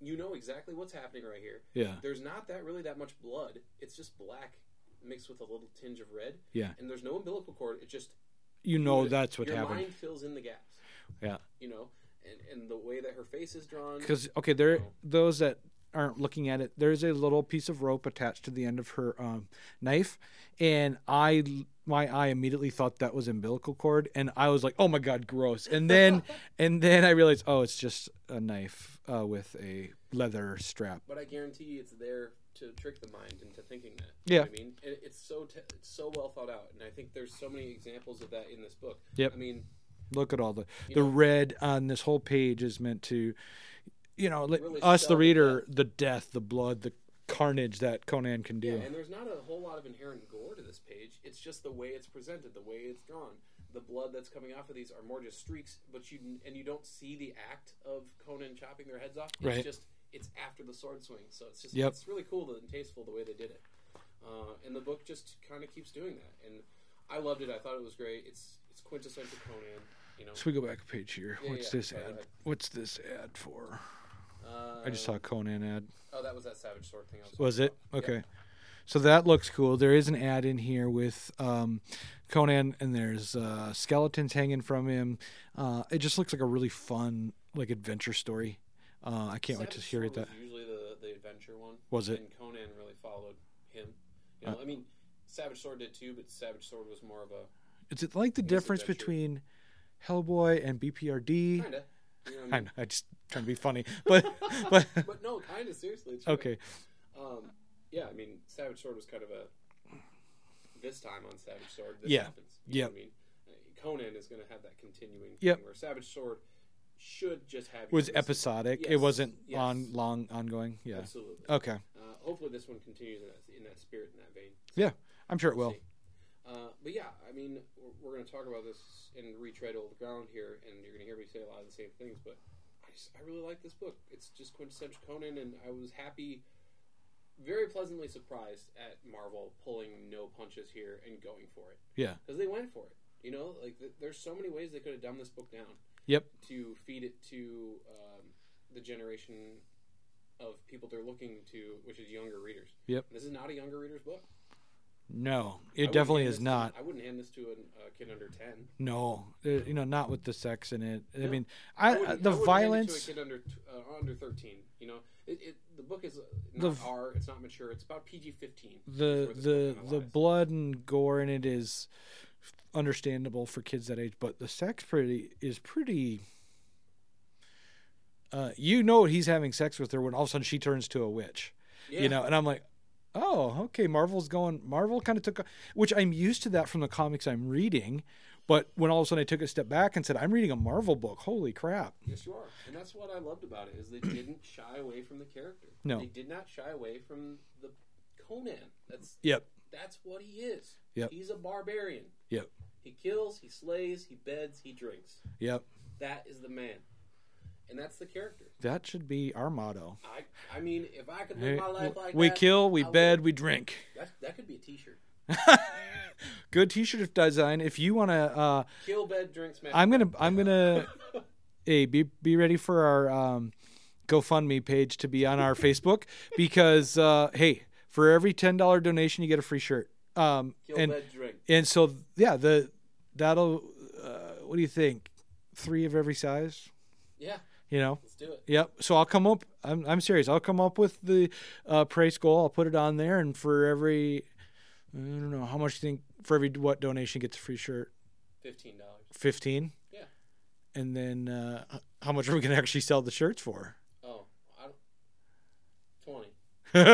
B: you know exactly what's happening right here.
C: yeah,
B: There's not that really that much blood. It's just black mixed with a little tinge of red.
C: Yeah.
B: And there's no umbilical cord. It's just
C: you know that's what
B: your
C: happened.
B: mind fills in the gaps.
C: Yeah.
B: You know, and and the way that her face is drawn.
C: because okay there those that aren't looking at it there's a little piece of rope attached to the end of her um, knife and i my eye immediately thought that was umbilical cord and i was like oh my god gross and then and then i realized oh it's just a knife uh, with a leather strap
B: But I guarantee it's there to trick the mind into thinking that.
C: Yeah.
B: I mean, it, it's so t- it's so well thought out, and I think there's so many examples of that in this book.
C: Yep.
B: I mean,
C: look at all the the red on this whole page is meant to you know let-
B: Really
C: us the
B: sell the
C: reader the death the blood the carnage that conan can do
B: Yeah, and there's not a whole lot of inherent gore to this page. It's just the way it's presented, the way it's drawn. The blood that's coming off of these are more just streaks, but you and you don't see the act of Conan chopping their heads off. It's
C: Right.
B: just it's after the sword swing, so it's just
C: Yep.
B: it's really cool and tasteful the way they did it. Uh, and the book just kind of keeps doing that, and I loved it. I thought it was great. It's it's quintessential Conan, you know.
C: so we go back a page here
B: Yeah,
C: what's
B: yeah,
C: this
B: sorry,
C: ad
B: I-
C: what's this ad for
B: Uh,
C: I just saw a Conan ad.
B: Oh, that was that Savage Sword thing. I was
C: Was it?
B: talking about.
C: Okay. So that looks cool. There is an ad in here with um, Conan, and there's uh, skeletons hanging from him. Uh, it just looks like a really fun, like adventure story. Uh, I can't wait to
B: Savage
C: hear
B: Sword
C: that.
B: Was usually the, the adventure one.
C: Was it? Uh.
B: And Conan really followed him. You know, I mean, Savage Sword did too, but Savage Sword was more of a
C: Is it like the difference
B: adventure.
C: between Hellboy and BPRD?
B: kinda. You know what I
C: I,
B: mean?
C: know, I just trying to be funny, but but
B: But no, kinda seriously. it's true.
C: okay,
B: Um, yeah, I mean, Savage Sword was kind of a this time on Savage Sword. This
C: Yeah.
B: Happens, you know
C: Yep.
B: what I mean, Uh, Conan is going to have that continuing.
C: Yep.
B: Thing where Savage Sword should just have you
C: was
B: listen.
C: episodic. It
B: Yes,
C: wasn't
B: yes.
C: on long ongoing. Yeah.
B: Absolutely.
C: Okay.
B: Uh, hopefully, this one continues in that, in that spirit, in that vein.
C: Yeah, I'm sure it will.
B: Uh, but yeah, I mean, we're, we're going to talk about this and retread old ground here, and you're going to hear me say a lot of the same things. But I just, I really like this book. It's just quintessential Conan, and I was happy, very pleasantly surprised at Marvel pulling no punches here and going for it
C: Yeah.
B: because they went for it. You know, like th- there's so many ways they could have dumbed this book down
C: Yep.
B: to feed it to um, the generation of people they're looking to, which is younger readers.
C: Yep.
B: This is not a younger reader's book.
C: No,
B: I
C: it
B: wouldn't
C: definitely
B: hand
C: is
B: this to-
C: not.
B: I wouldn't hand this to a, a kid under ten.
C: No, uh, you know, not with the sex in it. I
B: No.
C: mean, I, uh,
B: wouldn't-
C: the
B: wouldn't hand it
C: violence.
B: to a kid under t- uh, under thirteen. You know, it, it, the book is uh,
C: The
B: not
C: v-
B: R. It's not mature. It's about PG fifteen.
C: The the the blood and gore in it is understandable for kids that age, but the sex pretty is pretty. Uh, you know what he's having sex with her when all of a sudden she turns to a witch, you know, and I'm like, oh, okay, Marvel's going. Marvel kind of took, a- which I'm used to that from the comics I'm reading, But when all of a sudden I took a step back and said, I'm reading a Marvel book. Holy crap.
B: Yes, you are, and that's what I loved about it is they didn't shy away from the character.
C: No.
B: they did not shy away from the Conan. That's
C: Yep.
B: that's what he is.
C: Yep.
B: he's a barbarian.
C: Yep.
B: He kills, he slays, he beds, he drinks.
C: Yep.
B: That is the man, and that's the character.
C: That should be our motto.
B: I I mean, if I could live my life like
C: we
B: that,
C: kill, we
B: I would.
C: bed, we drink.
B: That, that could be a T-shirt.
C: Good t-shirt design. If you want to, uh,
B: Kill, bed, drink, smash.
C: I'm gonna, I'm gonna, hey, be be ready for our um, GoFundMe page to be on our Facebook because uh, hey, for every ten dollar donation, you get a free shirt. Um,
B: kill,
C: and
B: bed, drink.
C: and so yeah, the that'll. Uh, what do you think? Three of every size.
B: Yeah,
C: You know.
B: let's do it.
C: Yep. So I'll come up. I'm, I'm serious. I'll come up with the uh, price goal. I'll put it on there, and for every, I don't know how much. You think for every what donation gets a free shirt?
B: Fifteen dollars.
C: Fifteen.
B: Yeah.
C: And then uh, h- how much are we gonna actually sell the shirts for?
B: Oh, I don't. Twenty.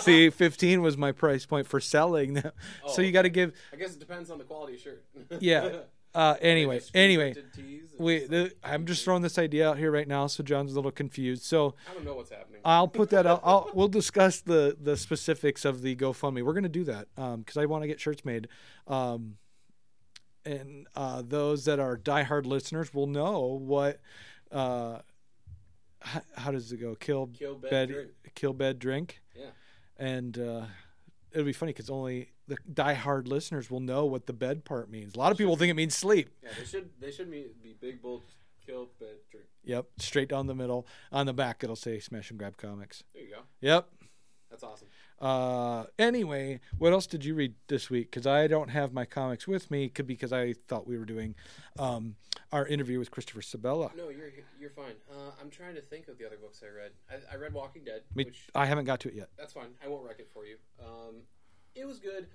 C: See, fifteen was my price point for selling them. so
B: Oh,
C: you got to give.
B: I guess it depends on the quality of shirt.
C: Yeah. Uh, anyway,
B: Just
C: anyway,
B: scripted tees and
C: we.
B: just
C: The,
B: like-
C: I'm just throwing this idea out here right now, so John's a little confused. So.
B: I don't know what's happening.
C: I'll put that out. I'll, we'll discuss the the specifics of the GoFundMe. We're gonna do that because I want to get shirts made. Um, and uh, those that are diehard listeners will know what. Uh, how, how does it go? Kill,
B: Kill, bed, drink.
C: kill bed, drink.
B: Yeah.
C: And uh, it'll be funny because only the diehard listeners will know what the bed part means. A lot of people think it means sleep.
B: yeah, they should they should be, be big bold kill bed drink.
C: Yep, straight down the middle. On the back, it'll say Smash and Grab Comics.
B: There you go.
C: Yep.
B: That's awesome.
C: Uh, anyway, what else did you read this week? Because I don't have my comics with me, could because I thought we were doing um, our interview with Christopher Sabella.
B: No, you're you're fine. Uh, I'm trying to think of the other books I read. I, I read Walking Dead,
C: Me-
B: which
C: I haven't got to it yet.
B: that's fine. I won't wreck it for you. Um, it was good.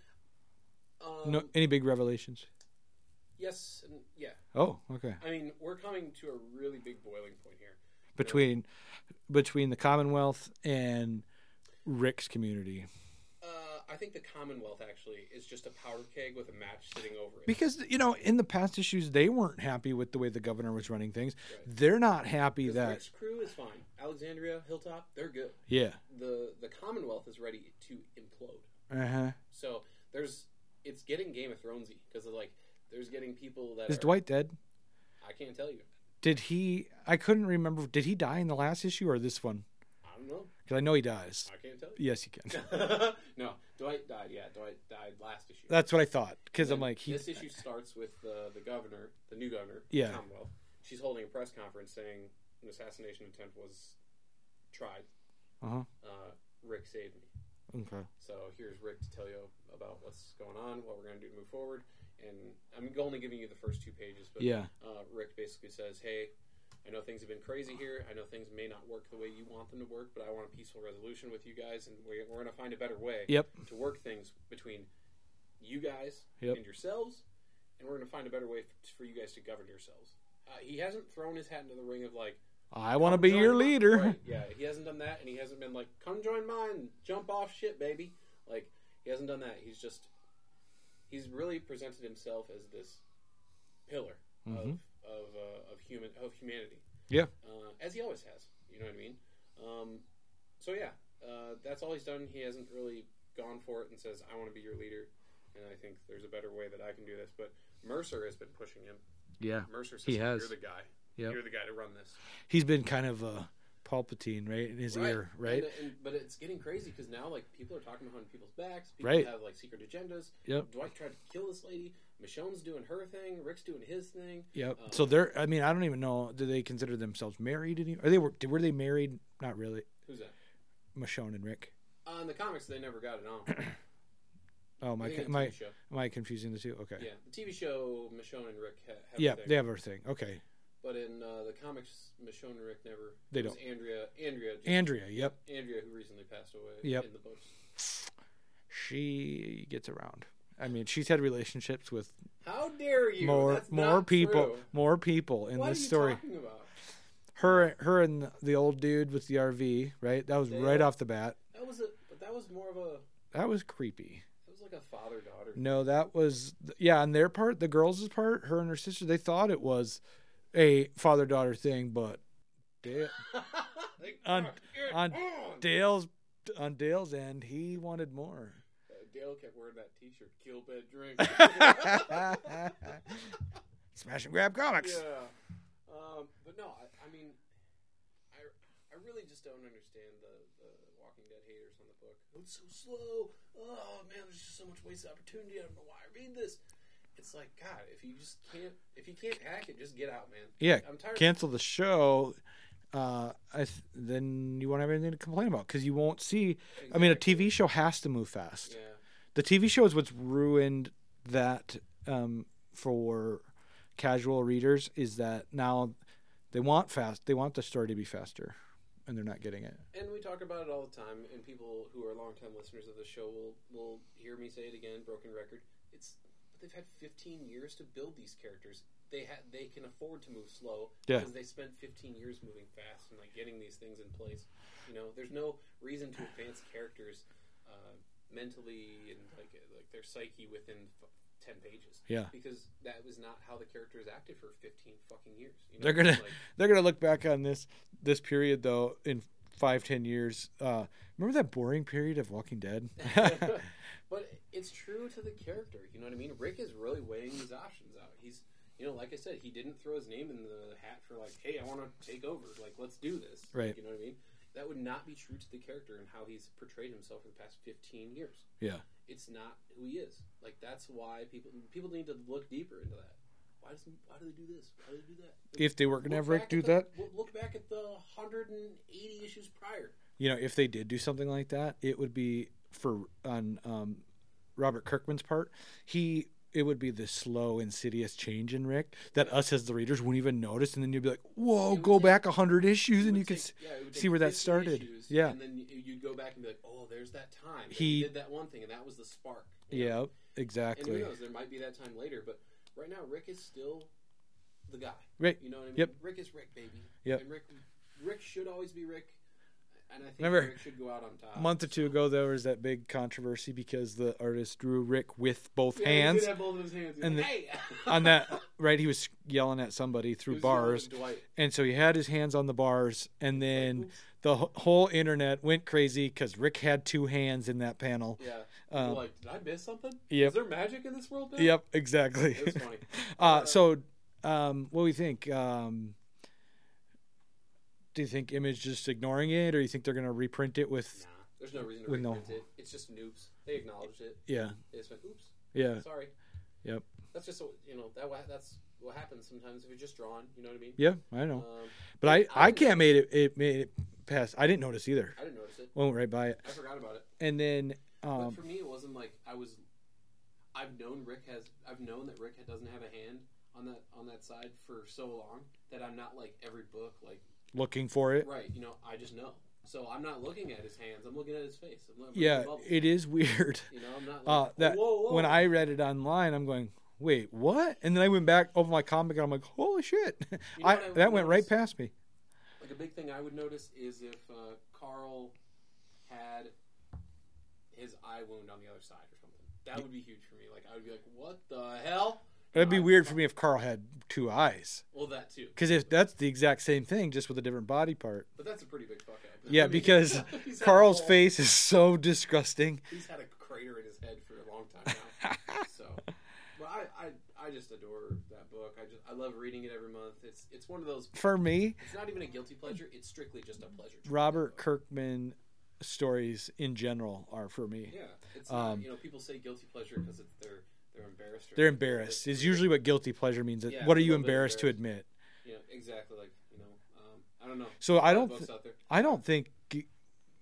B: Um,
C: No, any big revelations?
B: Yes, and yeah.
C: Oh, okay.
B: I mean, we're coming to a really big boiling point here.
C: Between between the Commonwealth and Rick's community,
B: Uh, I think the Commonwealth actually is just a powder keg with a match sitting over it.
C: because you know in the past issues they weren't happy with the way the governor was running things. They're not happy
B: The
C: that
B: Rick's crew is fine. Alexandria, Hilltop, they're good.
C: yeah.
B: The the Commonwealth is ready to implode.
C: Uh huh.
B: So there's it's getting Game of Thronesy because like there's getting people that
C: Is
B: are-
C: Dwight dead?
B: I can't tell you.
C: Did he? I couldn't remember. Did he die in the last issue or this one?
B: I don't know.
C: Because I know he dies.
B: I can't tell you.
C: Yes, you can.
B: no, Dwight died. Yeah, Dwight died last issue.
C: That's what I thought. Because I'm
B: And
C: like, he,
B: this issue starts with uh, the governor, the new governor, of
C: Yeah.
B: the Commonwealth. She's holding a press conference saying an assassination attempt was tried.
C: Uh-huh.
B: Uh, Rick saved me.
C: okay.
B: So here's Rick to tell you about what's going on, what we're going to do to move forward, and I'm only giving you the first two pages. But
C: Yeah.
B: uh, Rick basically says, "Hey, I know things have been crazy here. I know things may not work the way you want them to work, but I want a peaceful resolution with you guys, and we're, we're going to find a better way
C: Yep.
B: to work things between you guys
C: Yep.
B: and yourselves, and we're going to find a better way f- for you guys to govern yourselves." Uh, he hasn't thrown his hat into the ring of like,
C: I want to
B: "Come
C: be
B: join
C: your
B: my-"
C: leader.
B: Right, yeah, he hasn't done that, and he hasn't been like, "Come join mine, jump off shit, baby." Like he hasn't done that. He's just he's really presented himself as this pillar of
C: Mhm.
B: of uh, of human of humanity.
C: Yeah.
B: uh, as he always has. You know what I mean? Um, so yeah, uh, that's all he's done. He hasn't really gone for it and says, "I want to be your leader." And I think there's a better way that I can do this. But Mercer has been pushing him.
C: Yeah.
B: Mercer says,
C: He has.
B: "You're the guy.
C: Yep.
B: You're the guy to run this."
C: He's been kind of a Palpatine, right, in his ear, right?
B: And, and, but it's getting crazy because now, like, people are talking behind people's backs. People
C: Right.
B: have like secret agendas.
C: Yep.
B: Dwight tried to kill this lady. Michonne's doing her thing. Rick's doing his thing.
C: Yep.
B: Um,
C: so they're. I mean, I don't even know. Do they consider themselves married? Any? Are they were? Were they married? Not really.
B: Who's that?
C: Michonne and Rick.
B: Uh, in the comics, they never got it on.
C: Oh
B: I
C: my.
B: think in
C: Am
B: the
C: I,
B: TV show.
C: am I confusing the two? Okay.
B: Yeah, the TV show Michonne and Rick ha- have a
C: Yeah,
B: thing.
C: they have their thing. Okay.
B: But in uh, the comics, Michonne and Rick never.
C: They
B: it was
C: don't.
B: Andrea, Andrea, just-
C: Andrea. Yep.
B: Andrea, who recently passed away.
C: Yep.
B: In the books.
C: She gets around. I mean, she's had relationships with
B: How dare you?
C: more
B: That's
C: more
B: not
C: people,
B: true.
C: more people in
B: What are
C: this
B: you
C: story.
B: talking about?
C: her her and the old dude with the RV, right? That was
B: They
C: right
B: are-
C: off the bat.
B: That was a. But that was more of a.
C: That was creepy.
B: That was was like a father daughter.
C: No, that was yeah. On their part, the girls' part, her and her sister, they thought it was a father daughter thing, but Dale,
B: Like,
C: On-
B: "Fuck, you're
C: on
B: on."
C: Dale's on Dale's end, he wanted more.
B: Uh, Dale kept wearing that T-shirt. Kill bed drink.
C: Smash and grab comics.
B: Yeah. Um, but no, I, I mean, I, I really just don't understand the, the Walking Dead haters on the book. Oh, it's so slow. Oh, man, there's just so much wasted opportunity. I don't know why I read this. It's like, God, if you just can't, if you can't hack it, just get out, man.
C: Yeah,
B: I'm tired.
C: cancel the show. Uh, I th- then you won't have anything to complain about because you won't see. I mean, a TV show has to move fast.
B: Yeah.
C: the TV show is what's ruined that um, for casual readers is that now they want fast they want the story to be faster and they're not getting it.
B: And we talk about it all the time, and people who are longtime listeners of the show will, will hear me say it again, broken record. It's but they've had 15 years to build these characters. They ha- they can afford to move slow
C: Yeah.
B: because they spent 15 years moving fast and like getting these things in place. You know, there's no reason to advance characters uh, mentally and like uh, like their psyche within f- 10 pages.
C: Yeah.
B: because that was not how the characters acted for 15 fucking years. You know?
C: They're gonna
B: It's like,
C: they're gonna look back on this this period though in five ten years. Uh, remember that boring period of Walking Dead?
B: but it's true to the character. You know what I mean? Rick is really weighing his options out. He's, you know, like I said, he didn't throw his name in the hat for like, hey, I want to take over. Like, let's do this.
C: Right.
B: You know what I mean? That would not be true to the character and how he's portrayed himself for the past 15 years.
C: yeah,
B: It's not who he is. Like that's why people people need to look deeper into that. Why does why do they do this? Why do they do that?
C: if they were
B: Look
C: gonna have Rick
B: back
C: do
B: at the-
C: that,
B: look- Look back at the 180 issues prior.
C: you know, if they did do something like that, it would be for on um, Robert Kirkman's part. He it would be the slow, insidious change in Rick that us as the readers wouldn't even notice, and then you'd be like, "Whoa,
B: would
C: go
B: take-
C: back back hundred issues," and
B: would
C: you could.
B: take-
C: s
B: yeah, it would
C: see
B: take
C: where that
B: 50
C: started.
B: issues,
C: Yeah.
B: and then you- you'd go back and be like, "Oh, there's that time that
C: He-
B: he did that one thing, and that was the spark." you know?
C: Yeah,
B: and who
C: exactly.
B: knows? There might be that time later, but right now, Rick is still the guy.
C: Right.
B: You know what I mean?
C: Yep.
B: Rick is Rick, baby.
C: Yep.
B: And Rick, Rick should always be Rick, and I think
C: Remember,
B: Rick should go out on top.
C: A month or two ago, there was that big controversy because the artist drew Rick with both
B: Yeah, he did
C: hands.
B: have both of his hands. He's
C: and
B: like, "Hey!"
C: on that, right? He was yelling at somebody
B: He
C: through
B: was yelling at
C: bars,
B: Dwight.
C: and so he had his hands on the bars, and then
B: oops.
C: the wh- whole internet went crazy because Rick had two hands in that panel.
B: Yeah.
C: Um,
B: You're like, did I miss something?
C: yep.
B: Is there magic in this world? Now?
C: Yep, exactly.
B: It was funny.
C: uh, so, um, what do you think? Um, do you think Image just ignoring it, or you think they're gonna reprint it with?
B: Nah, there's no reason to
C: With no-
B: reprint it. It's just noobs. They acknowledged it.
C: Yeah,
B: They just went, oops.
C: yeah,
B: Sorry.
C: Uh, Yep.
B: That's just what- you know that wa- that's what happens sometimes if you're just drawn. You know what I mean?
C: yeah. I know,
B: Um,
C: but I I
B: I-
C: can't made it it made it past. I didn't notice either.
B: I didn't notice it.
C: Went right by it,
B: I forgot about it.
C: and then
B: But
C: um,
B: for me, it wasn't like I was. I've known Rick has. I've known that Rick doesn't have a hand on that on that side for so long that I'm not like every book like
C: looking for it.
B: right. You know, I just know. So I'm not looking at his hands. I'm looking at his face. I'm looking at
C: Yeah,
B: the bubbles.
C: it is weird.
B: You know, I'm not
C: Uh,
B: like
C: that
B: whoa, whoa.
C: when I read it online, I'm going, wait, what? And then I went back over my comic, and I'm like, holy shit!
B: You know
C: I,
B: what I
C: that went right
B: noticed?
C: past me.
B: Like a big thing I would notice is if uh, Carl had his eye wound on the other side or something. That would be huge for me. Like I would be like, "What the hell?"
C: That'd be
B: I-
C: weird for me if Carl had two eyes,
B: Well, that too.
C: because if that's the exact same thing, just with a different body part.
B: But that's a pretty big fuck up. I
C: Yeah,
B: mean,
C: because
B: he's had a
C: Carl's
B: hole.
C: face is so disgusting.
B: He's had a crater in his head for a long time now. so, but I, I, I just adore that book. I just I love reading it every month. It's it's one of those.
C: For me,
B: It's not even a guilty pleasure. It's strictly just a pleasure. to read that
C: Robert
B: book.
C: Kirkman stories in general are for me.
B: Yeah, it's not-
C: Um,
B: you know people say guilty pleasure because it's they're they're embarrassed. or
C: They're
B: something, but
C: embarrassed. Is
B: it's-
C: usually what guilty pleasure means.
B: Yeah,
C: what are
B: a
C: you
B: little bit
C: embarrassed to
B: embarrassed.
C: admit?
B: you know exactly like you know um, I don't know.
C: So I
B: Other
C: don't.
B: books
C: th-
B: out there.
C: I don't think G-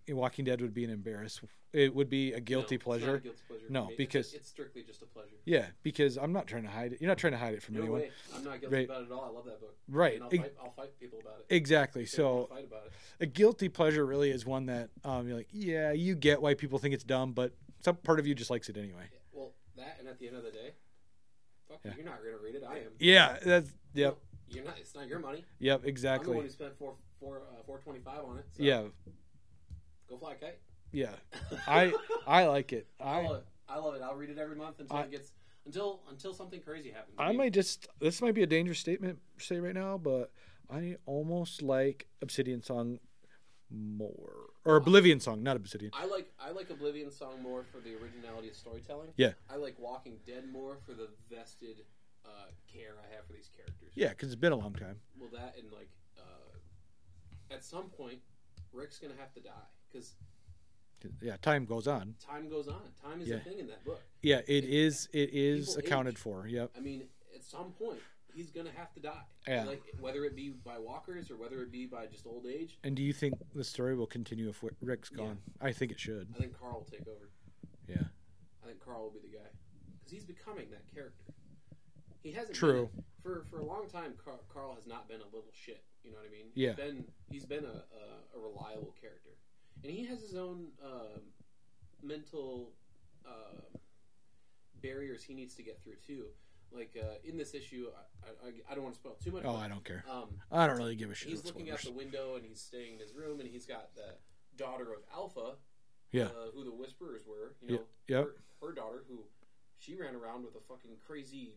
C: Walking Dead would be an embarrass. It would be a
B: No,
C: guilty
B: it's not a
C: pleasure.
B: guilty pleasure for
C: No,
B: me. It's-
C: because-
B: it's, strictly just a pleasure.
C: Yeah, because I'm not trying to hide it. You're not trying to hide it from
B: No
C: anyone.
B: way, I'm not guilty
C: Right.
B: about it at all. I love that book.
C: Right.
B: and I'll,
C: Ex-
B: fight, I'll fight people about it.
C: Exactly.
B: Yeah, I'll
C: So
B: fight about it.
C: a guilty pleasure really is one that um, you're like, yeah, you get why people think it's dumb, but some part of you just likes it anyway.
B: Yeah, Well, that and at the end of the day, fuck you,
C: Yeah.
B: you're not gonna read it. I am.
C: Yeah, that's yep,
B: You're not. It's not your money.
C: yep,
B: I'm the one
C: exactly.
B: who spent four four uh, four twenty five on it. So
C: Yeah,
B: Go fly a kite.
C: yeah. I I like it.
B: I
C: I
B: love it. I love it. I'll read it every month until
C: I-
B: it gets until until something crazy happens.
C: I might just this might be a dangerous statement to say right now, but I almost like Obsidian song more or Oblivion song, not Obsidian.
B: I like I like Oblivion song more for the originality of storytelling.
C: Yeah.
B: I like Walking Dead more for the vested uh, care I have for these characters.
C: Yeah, because it's been a long time.
B: Well, that and like uh, at some point, Rick's gonna have to die because
C: Yeah, time goes on.
B: time goes on. Time is a
C: Yeah.
B: thing in that book.
C: Yeah, it is. It is
B: People
C: accounted
B: age.
C: for. Yep.
B: I mean, at some point, he's gonna have to die.
C: Yeah.
B: Like whether it be by walkers or whether it be by just old age.
C: And do you think the story will continue if Wi- Rick's
B: Yeah.
C: gone? I think it should.
B: I think Carl will take over.
C: Yeah.
B: I think Carl will be the guy because he's becoming that character. He hasn't
C: True.
B: been- for for a long time. Carl, Carl has not been a little shit. You know what I mean?
C: Yeah.
B: He's been he's been a, a, a reliable character, and he has his own um mental uh, barriers he needs to get through too. Like uh, in this issue, I, I, I don't want to spoil too much.
C: Oh,
B: but,
C: I don't care.
B: Um,
C: I don't really give a shit.
B: he's
C: about
B: looking out
C: spoilers.
B: the window and he's staying in his room and he's got the daughter of Alpha,
C: Yeah.
B: uh, who the Whisperers were. You know,
C: Yeah, yep.
B: her, her daughter who she ran around with a fucking crazy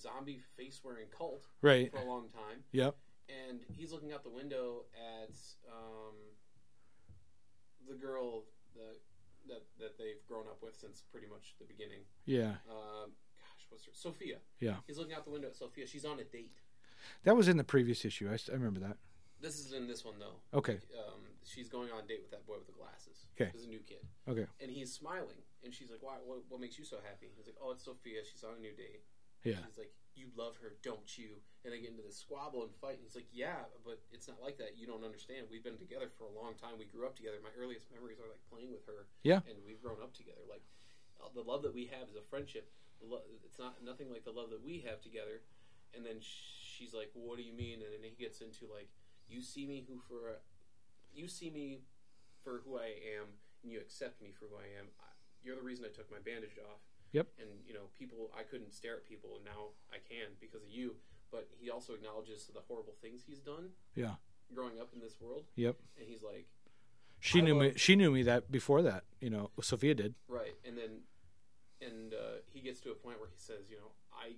B: zombie face wearing cult
C: Right.
B: for a long time,
C: Yep.
B: and he's looking out the window at um, the girl the, that that they've grown up with since pretty much the beginning.
C: Yeah.
B: Um, gosh, what's her? Sophia.
C: Yeah.
B: He's looking out the window at Sophia. She's on a date.
C: That was in the previous issue. I, s- I remember that.
B: This is in this one though.
C: Okay.
B: um, she's going on a date with that boy with the glasses.
C: 'Kay.
B: He's a new kid.
C: Okay.
B: And he's smiling. And she's like, Why, what, what makes you so happy? He's like, Oh, it's Sophia. She's on a new date.
C: Yeah.
B: He's like, You love her, don't you? And they get into this squabble and fight. And he's like, Yeah, but it's not like that. You don't understand. We've been together for a long time. We grew up together. My earliest memories are like playing with her.
C: Yeah.
B: And we've grown up together. Like, uh, the love that we have is a friendship. The lo- It's not nothing like the love that we have together. And then she's like, What do you mean? And then he gets into like, You see me who for. uh, You see me for who I am, and you accept me for who I am. I- You're the reason I took my bandage off.
C: Yep.
B: And you know, people, I couldn't stare at people, and now I can because of you. But he also acknowledges the horrible things he's done
C: Yeah.
B: growing up in this world,
C: Yep.
B: and he's like,
C: She
B: I
C: knew me.
B: love-
C: She knew me that before that. You know, Sophia did.
B: right. And then, and uh, he gets to a point where he says, you know, I,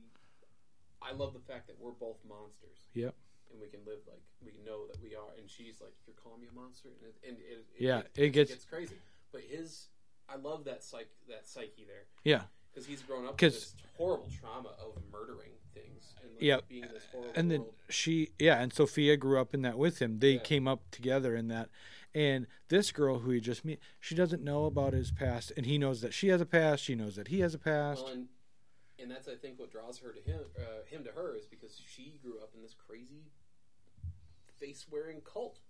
B: I love the fact that we're both monsters.
C: Yep.
B: And we can live like we know that we are. And she's like, you're calling me a monster, and it, and it, it
C: Yeah, it gets-
B: gets crazy. But his, I love that psych that psyche there.
C: Yeah.
B: because he's grown up with
C: 'Cause-
B: this horrible trauma of murdering things and like,
C: Yeah,
B: being in this horrible
C: and then
B: world.
C: she yeah and sophia grew up in that with him they
B: Yeah.
C: came up together in that and this girl who he just met she doesn't know about his past and he knows that she has a past she knows that he has a past
B: Well, and, and that's I think what draws her to him, uh, him to her is because she grew up in this crazy face wearing cult.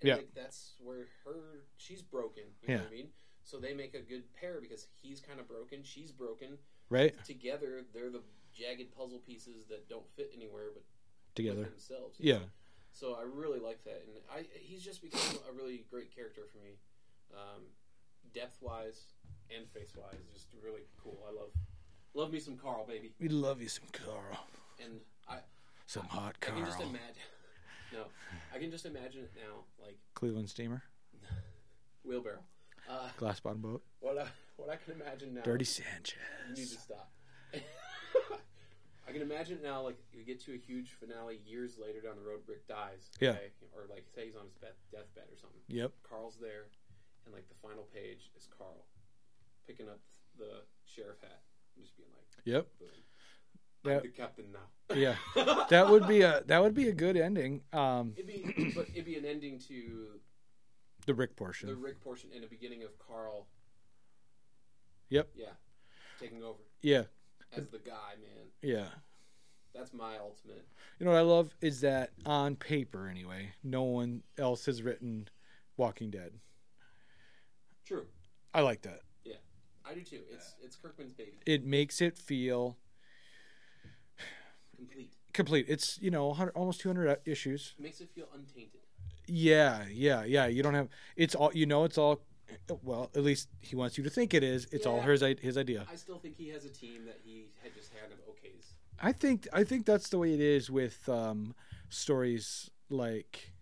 B: And
C: Yeah.
B: like that's where her she's broken. You know what I mean? So they make a good pair because he's kind of broken, she's broken.
C: right
B: Together, they're the jagged puzzle pieces that don't fit anywhere but with
C: together
B: themselves. you
C: yeah
B: So I really like that, and I he's just become a really great character for me, um, depth wise and face wise. Just really cool. I love love me some Carl, baby,
C: we love you some carl
B: and I
C: some hot
B: I can just
C: carl
B: imagine. no, I can just imagine it now, like
C: cleveland steamer
B: wheelbarrow. Uh,
C: glass bottom boat
B: what I what I can imagine now.
C: dirty
B: You need to
C: sanchez
B: stop. I can imagine it now, like you get to a huge finale years later down the road. Rick dies,
C: Yeah.
B: okay? or like say he's on his bed, deathbed or something.
C: yep
B: Carl's there, and like the final page is Carl picking up the sheriff hat and just being like,
C: yep
B: "I'm
C: That-
B: the captain now."
C: yeah that would be a that would be a good ending um
B: It'd be, but it'd be an ending to
C: the rick
B: the
C: portion
B: Rick portion and a beginning of Carl.
C: Yep.
B: Yeah, taking over
C: yeah
B: as the guy, man.
C: yeah
B: That's my ultimate.
C: You know what I love is that on paper, anyway, no one else has written Walking Dead.
B: True,
C: I like that.
B: I do too. It's it's Kirkman's baby,
C: It makes it feel
B: complete.
C: complete. It's you know 100, almost 200 issues.
B: Makes it feel untainted.
C: Yeah, yeah, yeah. You don't have it's all you know. It's all well. At least he wants you to think it is. It's all
B: Yeah.
C: his i- his idea.
B: I still think he has a team that he had just had of okays.
C: I think I think that's the way it is with um, stories like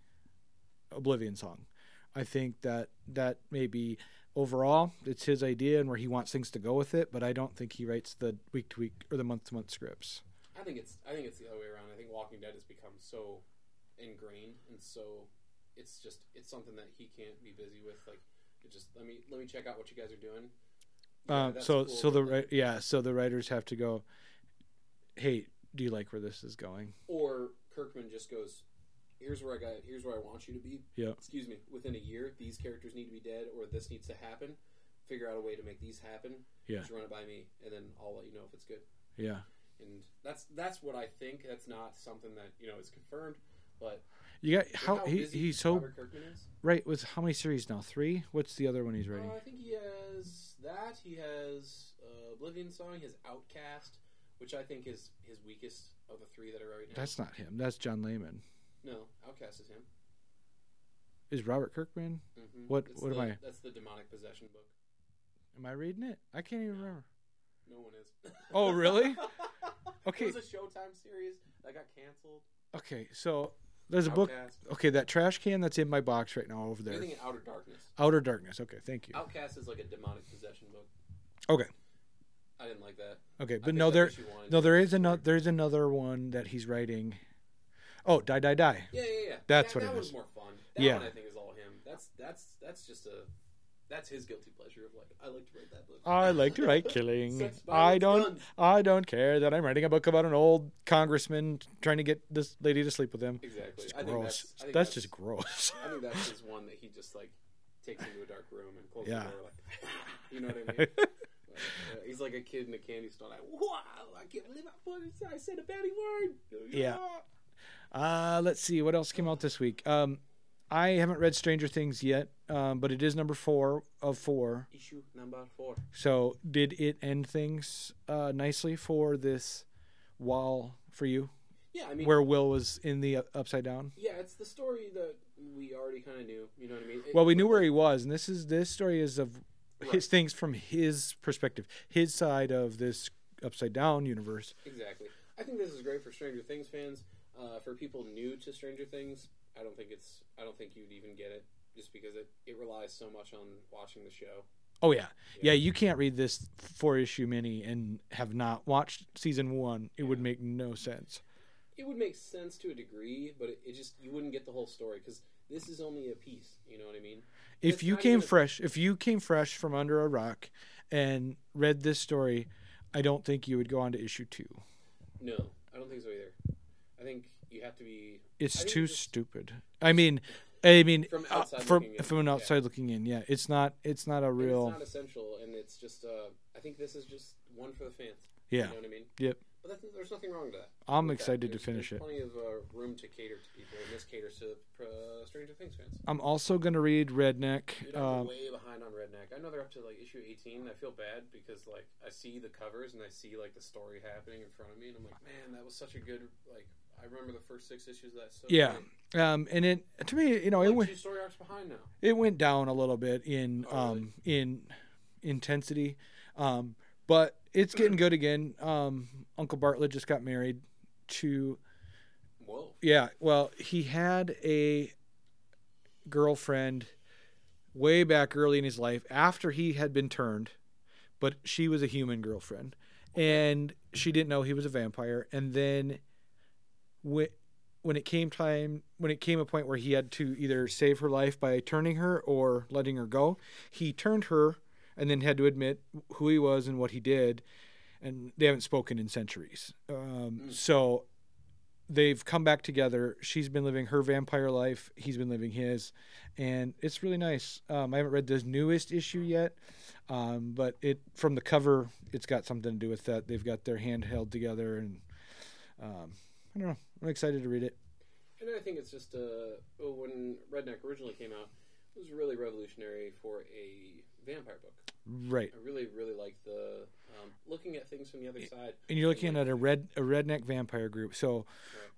C: Oblivion Song. I think that that maybe overall, it's his idea and where he wants things to go with it. But I don't think he writes the week to week or the month to month scripts.
B: I think it's I think it's the other way around. I think Walking Dead has become so ingrained and so it's just it's something that he can't be busy with. Like, it just let me let me check out what you guys are doing. Yeah,
C: um,
B: that's
C: so
B: cool,
C: so the
B: but,
C: wri- yeah so the writers have to go. Hey, do you like where this is going?
B: or Kirkman just goes, "Here's where I got. Here's where I want you to be."
C: Yeah.
B: Excuse me. Within a year, these characters need to be dead, or this needs to happen. Figure out a way to make these happen.
C: Yeah.
B: Just run it by me, and then I'll let you know if it's good.
C: Yeah.
B: And that's that's what I think. That's not something that you know is confirmed, but
C: You got
B: with
C: how, he,
B: busy
C: he's so
B: Robert Kirkman is.
C: right. Was how many series now? Three. What's the other one he's writing?
B: Uh, I think he has that. He has uh, Oblivion Song. He has Outcast, which I think is his weakest of the three that are right now.
C: That's not him. That's John Layman.
B: no Outcast is him.
C: Is Robert Kirkman?
B: Mhm.
C: What-
B: That's
C: what am
B: the-
C: I-
B: That's the demonic possession book.
C: Am I reading it? I can't even remember.
B: No one is.
C: Oh, really?
B: It
C: Okay.
B: was a Showtime series that got canceled.
C: Okay, so there's a book.
B: Outcast.
C: Okay, that trash can that's in my box right now over there.
B: Anything in Outer Darkness.
C: Outer Darkness. Okay, thank you.
B: Outcast is like a demonic possession book.
C: Okay,
B: I didn't like that.
C: okay,
B: I
C: but
B: think
C: no,
B: that's
C: there,
B: what you wanted.
C: no, there is another. There is another one that he's writing. Oh, die, die, die.
B: Yeah, yeah, yeah.
C: That's
B: that,
C: what
B: that
C: it
B: one's
C: is.
B: more fun. That
C: Yeah.
B: one I think is all him. That's that's that's just a that's his guilty pleasure of like I like to write that book.
C: I like to write killing.
B: Sex, violence,
C: I don't.
B: guns.
C: I don't care that I'm writing a book about an old congressman trying to get this lady to sleep with him.
B: Exactly.
C: It's
B: I think
C: gross.
B: that's, I think
C: that's just gross.
B: I think that's his one that he just like takes into a dark room and closes
C: Yeah.
B: the door like you know what I mean. Like, uh, he's like a kid in a candy store. Like, wow! I can't believe I, fucking said- I said a bad word.
C: Yeah. Uh, let's see what else came out this week. Um, I haven't read Stranger Things yet, um, but it is number four of four.
B: Issue number four.
C: So did it end things uh, nicely for this wall for you,
B: Yeah, I mean,
C: where Will was in the up- upside down?
B: yeah, it's the story that we already kind of knew. You know what I mean? It-
C: Well, we knew where he was, and this is this story is of his
B: Right.
C: things from his perspective, his side of this upside down universe.
B: Exactly. I think this is great for Stranger Things fans. Uh, for people new to Stranger Things, I don't think it's. I don't think you'd even get it, just because it, it relies so much on watching the show.
C: Oh yeah. yeah, You can't read this four issue mini and have not watched season one. It would make no sense.
B: It would make sense to a degree, but it, it just you wouldn't get the whole story because this is only a piece. You know what I mean?
C: if
B: It's
C: you
B: not
C: came
B: even-
C: fresh if you came fresh from under a rock and read this story i don't think you would go on to issue two
B: No, I don't think so either. I think you have to be I
C: it's
B: think
C: too
B: it's-
C: stupid i mean i mean
B: From
C: uh,
B: outside
C: from,
B: looking in,
C: from an
B: yeah.
C: outside looking in yeah it's not it's not a
B: And
C: real
B: It's not essential, and it's just. Uh, I think this is just one for the fans.
C: yeah
B: You know what I mean?
C: Yep.
B: But that's, there's nothing wrong with that.
C: i'm
B: With that.
C: excited to
B: There's-
C: finish
B: there's
C: it
B: Plenty of uh, room to cater to people, and this caters to uh, Stranger Things fans.
C: i'm also going to read redneck
B: Dude, I'm
C: um,
B: way behind on Redneck. I know they're up to like issue 18. I feel bad because like I see the covers and I see like the story happening in front of me, and I'm like, man, that was such a good like. I remember the first six issues of that. So
C: yeah
B: great.
C: um, and it to me you know it
B: Like,
C: went
B: two story arcs behind now.
C: it went down a little bit in
B: Oh, really?
C: um in intensity um but it's getting good again um uncle bartlett just got married to
B: Whoa.
C: yeah well he had a girlfriend way back early in his life after he had been turned but she was a human girlfriend and she didn't know he was a vampire and then when when it came time when it came a point where he had to either save her life by turning her or letting her go he turned her and then had to admit who he was and what he did and they haven't spoken in centuries um, so they've come back together she's been living her vampire life he's been living his and it's really nice um, i haven't read this newest issue yet um, but it from the cover it's got something to do with that they've got their hand held together and um, i don't know i'm excited to read it
B: And I think it's just uh, oh, when Redneck originally came out, it was really revolutionary for a vampire book.
C: right
B: I really, really like the um, looking at things from the other side.
C: and you're looking at a red a redneck vampire group so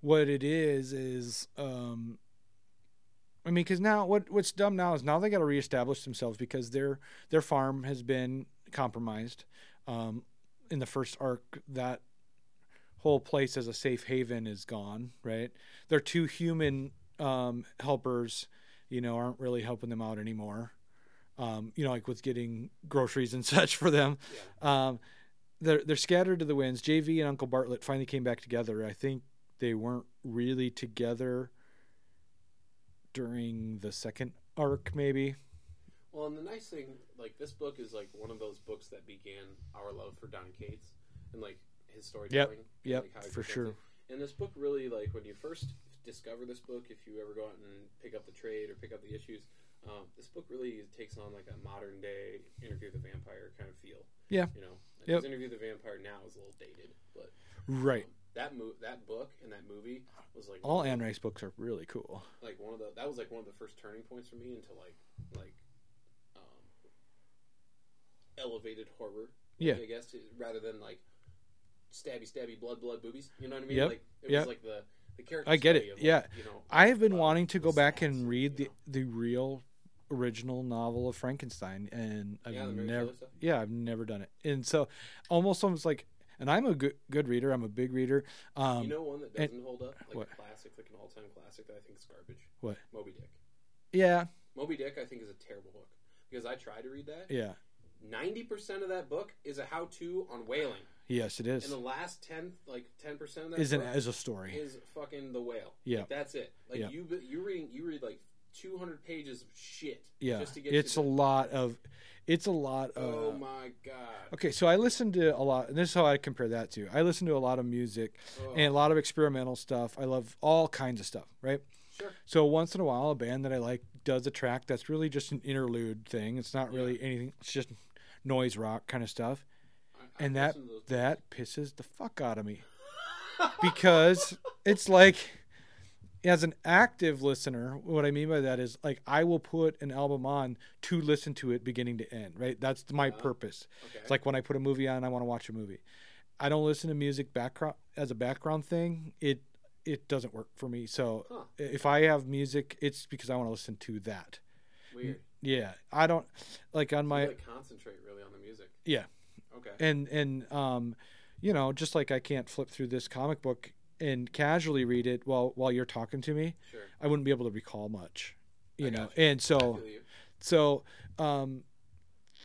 C: what it is is um i mean because now what what's dumb now is now they got to reestablish themselves because their their farm has been compromised um in the first arc that whole place as a safe haven is gone right their two human um helpers you know aren't really helping them out anymore um, you know, like with getting groceries and such for them. Um, they're they're scattered to the winds. JV and Uncle Bartlett finally came back together. I think they weren't really together during the second arc, maybe.
B: Well, and the nice thing, like this book is like one of those books that began our love for Don Cates and like his storytelling. and,
C: yep,
B: like, how he
C: for
B: presents
C: sure.
B: it. And this book really, like, when you first discover this book, if you ever go out and pick up the trade or pick up the issues, um, this book really takes on like a modern day interview the vampire kind of feel.
C: Yeah.
B: You know, like,
C: Yep.
B: 'cause interview the vampire now is a little dated, but
C: Right.
B: um, that mo- that book and that movie was like
C: All
B: one of
C: Anne
B: the-
C: Rice books are really cool.
B: like one of the that was like one of the first turning points for me into like like um, elevated horror.
C: Yeah.
B: I guess it- rather than like stabby stabby blood blood boobies. You know what I mean?
C: Yep,
B: Like it
C: yep.
B: was like the the character.
C: I get
B: study
C: it,
B: Of, like,
C: yeah.
B: You know,
C: I have been
B: uh,
C: wanting to go
B: the
C: back
B: stats,
C: and read
B: you
C: the, the real original novel of Frankenstein and I've
B: Yeah, the Mary
C: never
B: Shelley stuff.
C: yeah, I've never done it. And so almost almost like and I'm a good good reader, I'm a big reader. Um
B: know. You know one that
C: and-
B: doesn't hold up, like
C: what?
B: a classic, like an all-time classic that I think is garbage.
C: What?
B: Moby Dick.
C: yeah,
B: Moby Dick, I think, is a terrible book because I tried to read that.
C: yeah.
B: Ninety percent of that book is a how-to on whaling,
C: Yes, it
B: and
C: is.
B: the last ten, like ten percent of that
C: Is an
B: book
C: as a story.
B: is fucking the whale.
C: Yeah.
B: Like, that's it. Like
C: Yeah.
B: you, you reading, you read like 200 pages of shit.
C: Yeah.
B: just to get
C: It's
B: to
C: a lot of it's a uh, lot
B: the- Oh
C: of
B: my god.
C: Okay, so I listen to a lot, and this is how I compare that to. I listen to a lot of music
B: Oh,
C: and a lot of experimental stuff. I love all kinds of stuff, right?
B: sure.
C: So once in a while, a band that I like does a track that's really just an interlude thing. It's not really anything. It's just noise rock kind of stuff,
B: I- I
C: and that
B: listened to those-
C: that pisses the fuck out of me because it's like as an active listener what i mean by that is like i will put an album on to listen to it beginning to end right that's my purpose
B: okay.
C: it's like when I put a movie on, I want to watch a movie. I don't listen to music background as a background thing. It it doesn't work for me. So
B: Huh.
C: if I have music, it's because I want to listen to that.
B: weird.
C: Yeah, I don't like on
B: I
C: my
B: really concentrate really on the music.
C: Yeah.
B: Okay.
C: and and um, you know, just like I can't flip through this comic book and casually read it while while you're talking to me.
B: Sure.
C: I wouldn't be able to recall much, you
B: I
C: know.
B: gotcha.
C: And so.
B: I feel you.
C: So, um,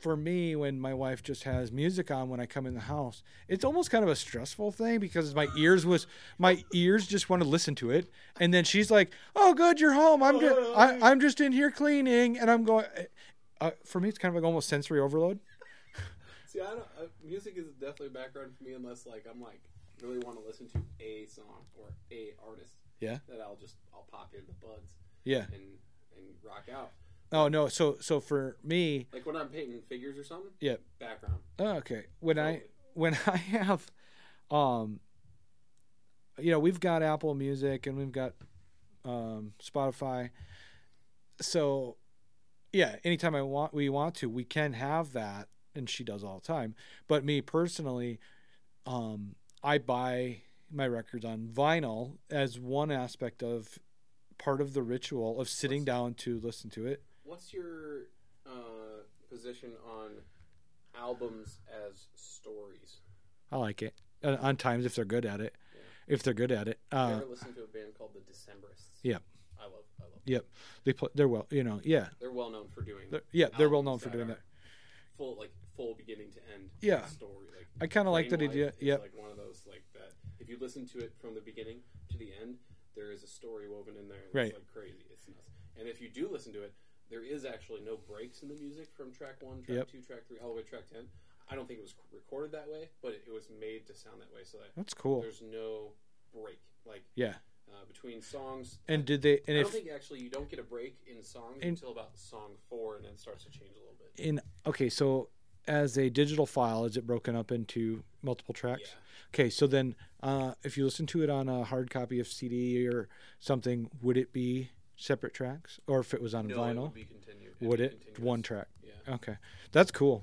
C: for me, when my wife just has music on when I come in the house, it's almost kind of a stressful thing because my ears was my ears just want to listen to it, and then she's like, "Oh, good, you're home. I'm just
B: Oh,
C: I, I'm just in here cleaning," and I'm going. Uh, for me, it's kind of like almost sensory overload.
B: See, I don't. Uh, music is definitely background for me unless like I'm like really want to listen to a song or a artist.
C: Yeah.
B: That I'll just I'll pop in the buds
C: Yeah.
B: and and rock out.
C: Oh no. So so for me,
B: Like when I'm painting figures or something.
C: Yep.
B: Background.
C: oh, okay. When I
B: Totally.
C: when I have, um, you know, we've got Apple Music and we've got um, Spotify. So, yeah, anytime I want, we want to, we can have that, and she does all the time. But me personally, um, I buy my records on vinyl as one aspect of part of the ritual of sitting
B: What's-
C: down to listen to it.
B: What's your uh, position on albums as stories?
C: I like it Uh, on times if they're good at it. If they're good at it,
B: Have
C: uh,
B: you ever listened to a band called the Decemberists?
C: yeah.
B: I love, I love. Them.
C: Yep, they play. They're well, you know. Yeah,
B: They're well known for doing
C: they're, yeah, they're well
B: albums
C: known for
B: that
C: doing
B: are
C: that.
B: full like full beginning to end.
C: Yeah.
B: story. Like
C: I kind of like that
B: Brainwave
C: idea.
B: is
C: Yep,
B: like one of those like that. If you listen to it from the beginning to the end, there is a story woven in there. That's
C: Right.
B: like crazy. It's nuts. And if you do listen to it, there is actually no breaks in the music from track one, track
C: Yep.
B: two, track three, all the way to track ten. I don't think it was recorded that way, but it was made to sound that way. So that
C: that's cool.
B: there's no break like
C: Yeah,
B: uh, between songs
C: and did they? And
B: i don't
C: if
B: think actually you don't get a break in songs
C: And-
B: until about song four and then it starts to change a little bit
C: in okay, so as a digital file, is it broken up into multiple tracks?
B: Yeah.
C: Okay, so then uh, if you listen to it on a hard copy of CD or something, would it be separate tracks, or if it was on
B: no it
C: vinyl,
B: would be continued
C: would
B: be
C: it
B: continuous.
C: one track?
B: yeah.
C: Okay, that's cool.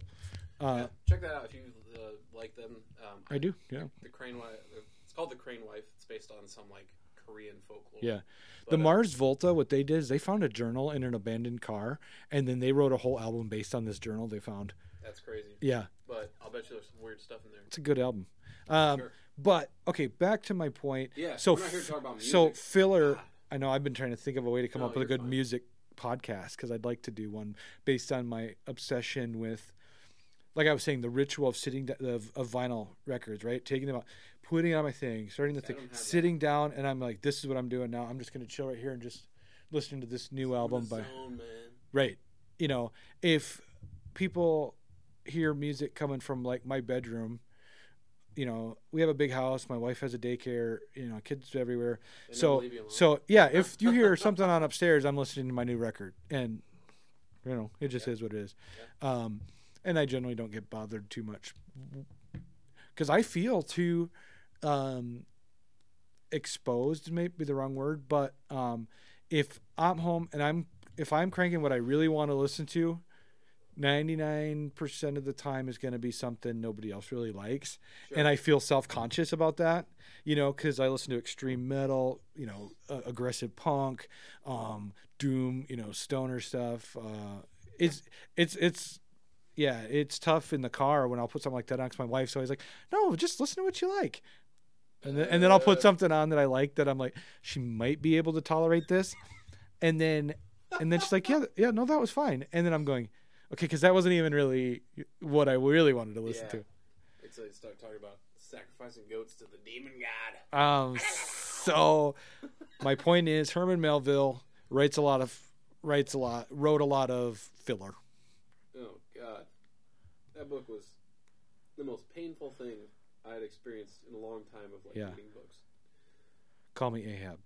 C: Uh,
B: Yeah. check that out if you uh, like them um,
C: I do. Yeah,
B: the crane wife it's called the crane wife it's based on some like korean folklore
C: yeah.
B: But,
C: The
B: uh,
C: Mars Volta, what they did is they found a journal in an abandoned car, and then they wrote a whole album based on this journal they found.
B: that's crazy
C: Yeah,
B: but i'll bet you there's some weird stuff in there
C: it's a good album. Um,
B: Sure.
C: But okay, back to my point.
B: Yeah,
C: So
B: we're not here to
C: f-
B: talk about
C: so
B: music.
C: filler.
B: God.
C: I know I've been trying to think of a way to come
B: No,
C: up with a
B: you're
C: good
B: fine.
C: music podcast because I'd like to do one based on my obsession with, like I was saying, the ritual of sitting d- of, of vinyl records, right? Taking them out, putting on my thing, starting the thing,
B: don't have that.
C: sitting down, and I'm like, this is what I'm doing now. I'm just gonna chill right here and just listen to this new album by
B: Zone, man.
C: Right. You know, if people hear music coming from like my bedroom, you know, we have a big house, my wife has a daycare, you know, kids everywhere.
B: They never
C: So
B: leave you alone.
C: so yeah, if you hear something on upstairs, I'm listening to my new record and you know, it just is what it is. Um and I generally don't get bothered too much cuz I feel too um exposed may be the wrong word, but um if I'm home and I'm if I'm cranking what I really want to listen to, 99% of the time is going to be something nobody else really likes. And I feel self conscious about that, you know, because I listen to extreme metal, you know, uh, aggressive punk, um, doom, you know, stoner stuff. Uh, it's, it's, it's, yeah, it's tough in the car when I'll put something like that on because my wife's always like, no, just listen to what you like. And then, and then I'll put something on that I like that I'm like, she might be able to tolerate this. And then, and then she's like, yeah, yeah, no, that was fine. And then I'm going, Okay, because that wasn't even really what I really wanted to listen
B: Yeah. It's like start talking about sacrificing goats to the demon god.
C: to. Um, so my point is Herman Melville writes a lot of writes a lot wrote a lot of filler.
B: Oh God, that book was the most painful thing I had experienced in a long time of like
C: Yeah.
B: reading books.
C: Call me Ahab,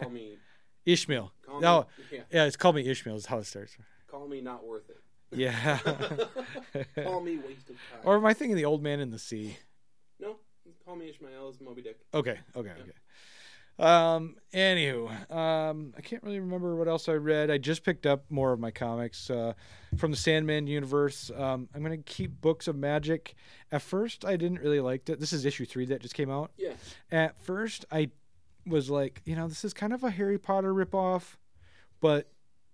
B: Call me,
C: Ishmael.
B: call
C: no,
B: me, yeah,
C: yeah, it's call me Ishmael is how it starts.
B: call me not worth it.
C: Yeah.
B: Call me waste of time.
C: or am I thinking the Old Man in the Sea?
B: no, call me Ishmael's Moby Dick.
C: Okay, okay, okay. Um, anywho, um, I can't really remember what else I read. I just picked up more of my comics uh, from the Sandman universe. Um, I'm gonna keep books of magic. At first, I didn't really like it. This is issue three that just came out.
B: Yeah,
C: At first, I was like, you know, this is kind of a Harry Potter ripoff, but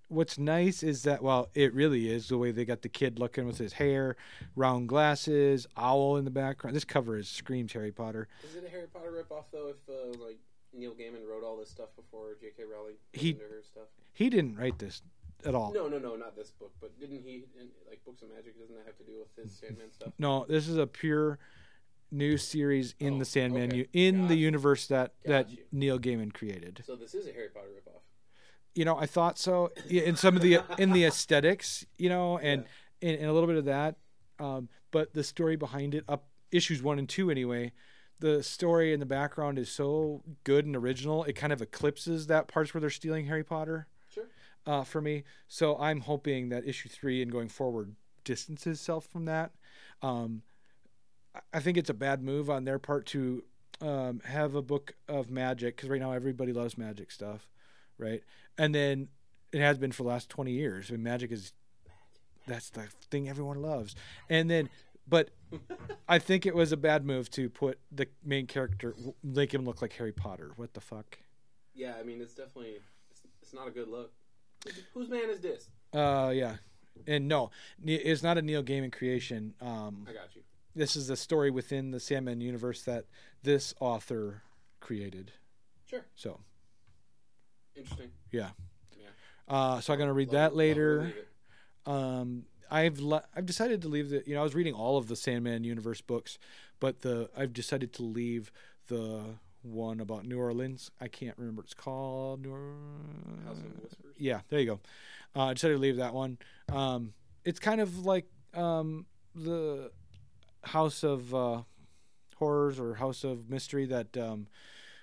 C: what's nice is that well, it really is the way they got the kid looking with his hair, round glasses, owl in the background. This cover is screams Harry Potter.
B: is it a Harry Potter ripoff though? If uh, like Neil Gaiman wrote all this stuff before J.K. Rowling put
C: He-
B: into her stuff.
C: He didn't write this at all.
B: No, no, no, not this book. But didn't he in, like books of magic? Doesn't that have to do with his Sandman stuff?
C: No, this is a pure new series in
B: Oh,
C: the Sandman
B: okay.
C: u- in
B: Got
C: the
B: you.
C: universe that that
B: Got you.
C: Neil Gaiman created.
B: So this is a Harry Potter ripoff.
C: You know, I thought so i- in some of the in the aesthetics, you know, and and, and a little bit of that, um, but the story behind it up issues one and two anyway. The story in the background is so good and original; it kind of eclipses that parts where they're stealing Harry Potter.
B: Sure.
C: uh, for me. So I'm hoping that issue three and going forward distances itself from that. Um, I- I think it's a bad move on their part to um, have a book of magic because right now everybody loves magic stuff, right? And then it has been for the last 20 years. I mean, magic is that's the thing everyone loves. And then, but I think it was a bad move to put the main character, make him look like Harry Potter. What the fuck?
B: Yeah, I mean it's definitely it's, it's not a good look. Whose man is this?
C: Uh, yeah, and no, Ne- it's not a Neil Gaiman creation. Um,
B: I got you.
C: this is a story within the Sandman universe that this author created.
B: Sure.
C: So,
B: Interesting.
C: uh, so I'm gonna read
B: Love- love
C: that
B: to
C: later.
B: read it.
C: Um, I've le- I've decided to leave the. You know, I was reading all of the Sandman universe books, but the I've decided to leave the one about New Orleans. I can't remember what it's called. New Orleans.
B: House of Whispers.
C: yeah, there you go. Uh, I decided to leave that one. Um, it's kind of like um, the House of uh, Horrors or House of Mystery that um,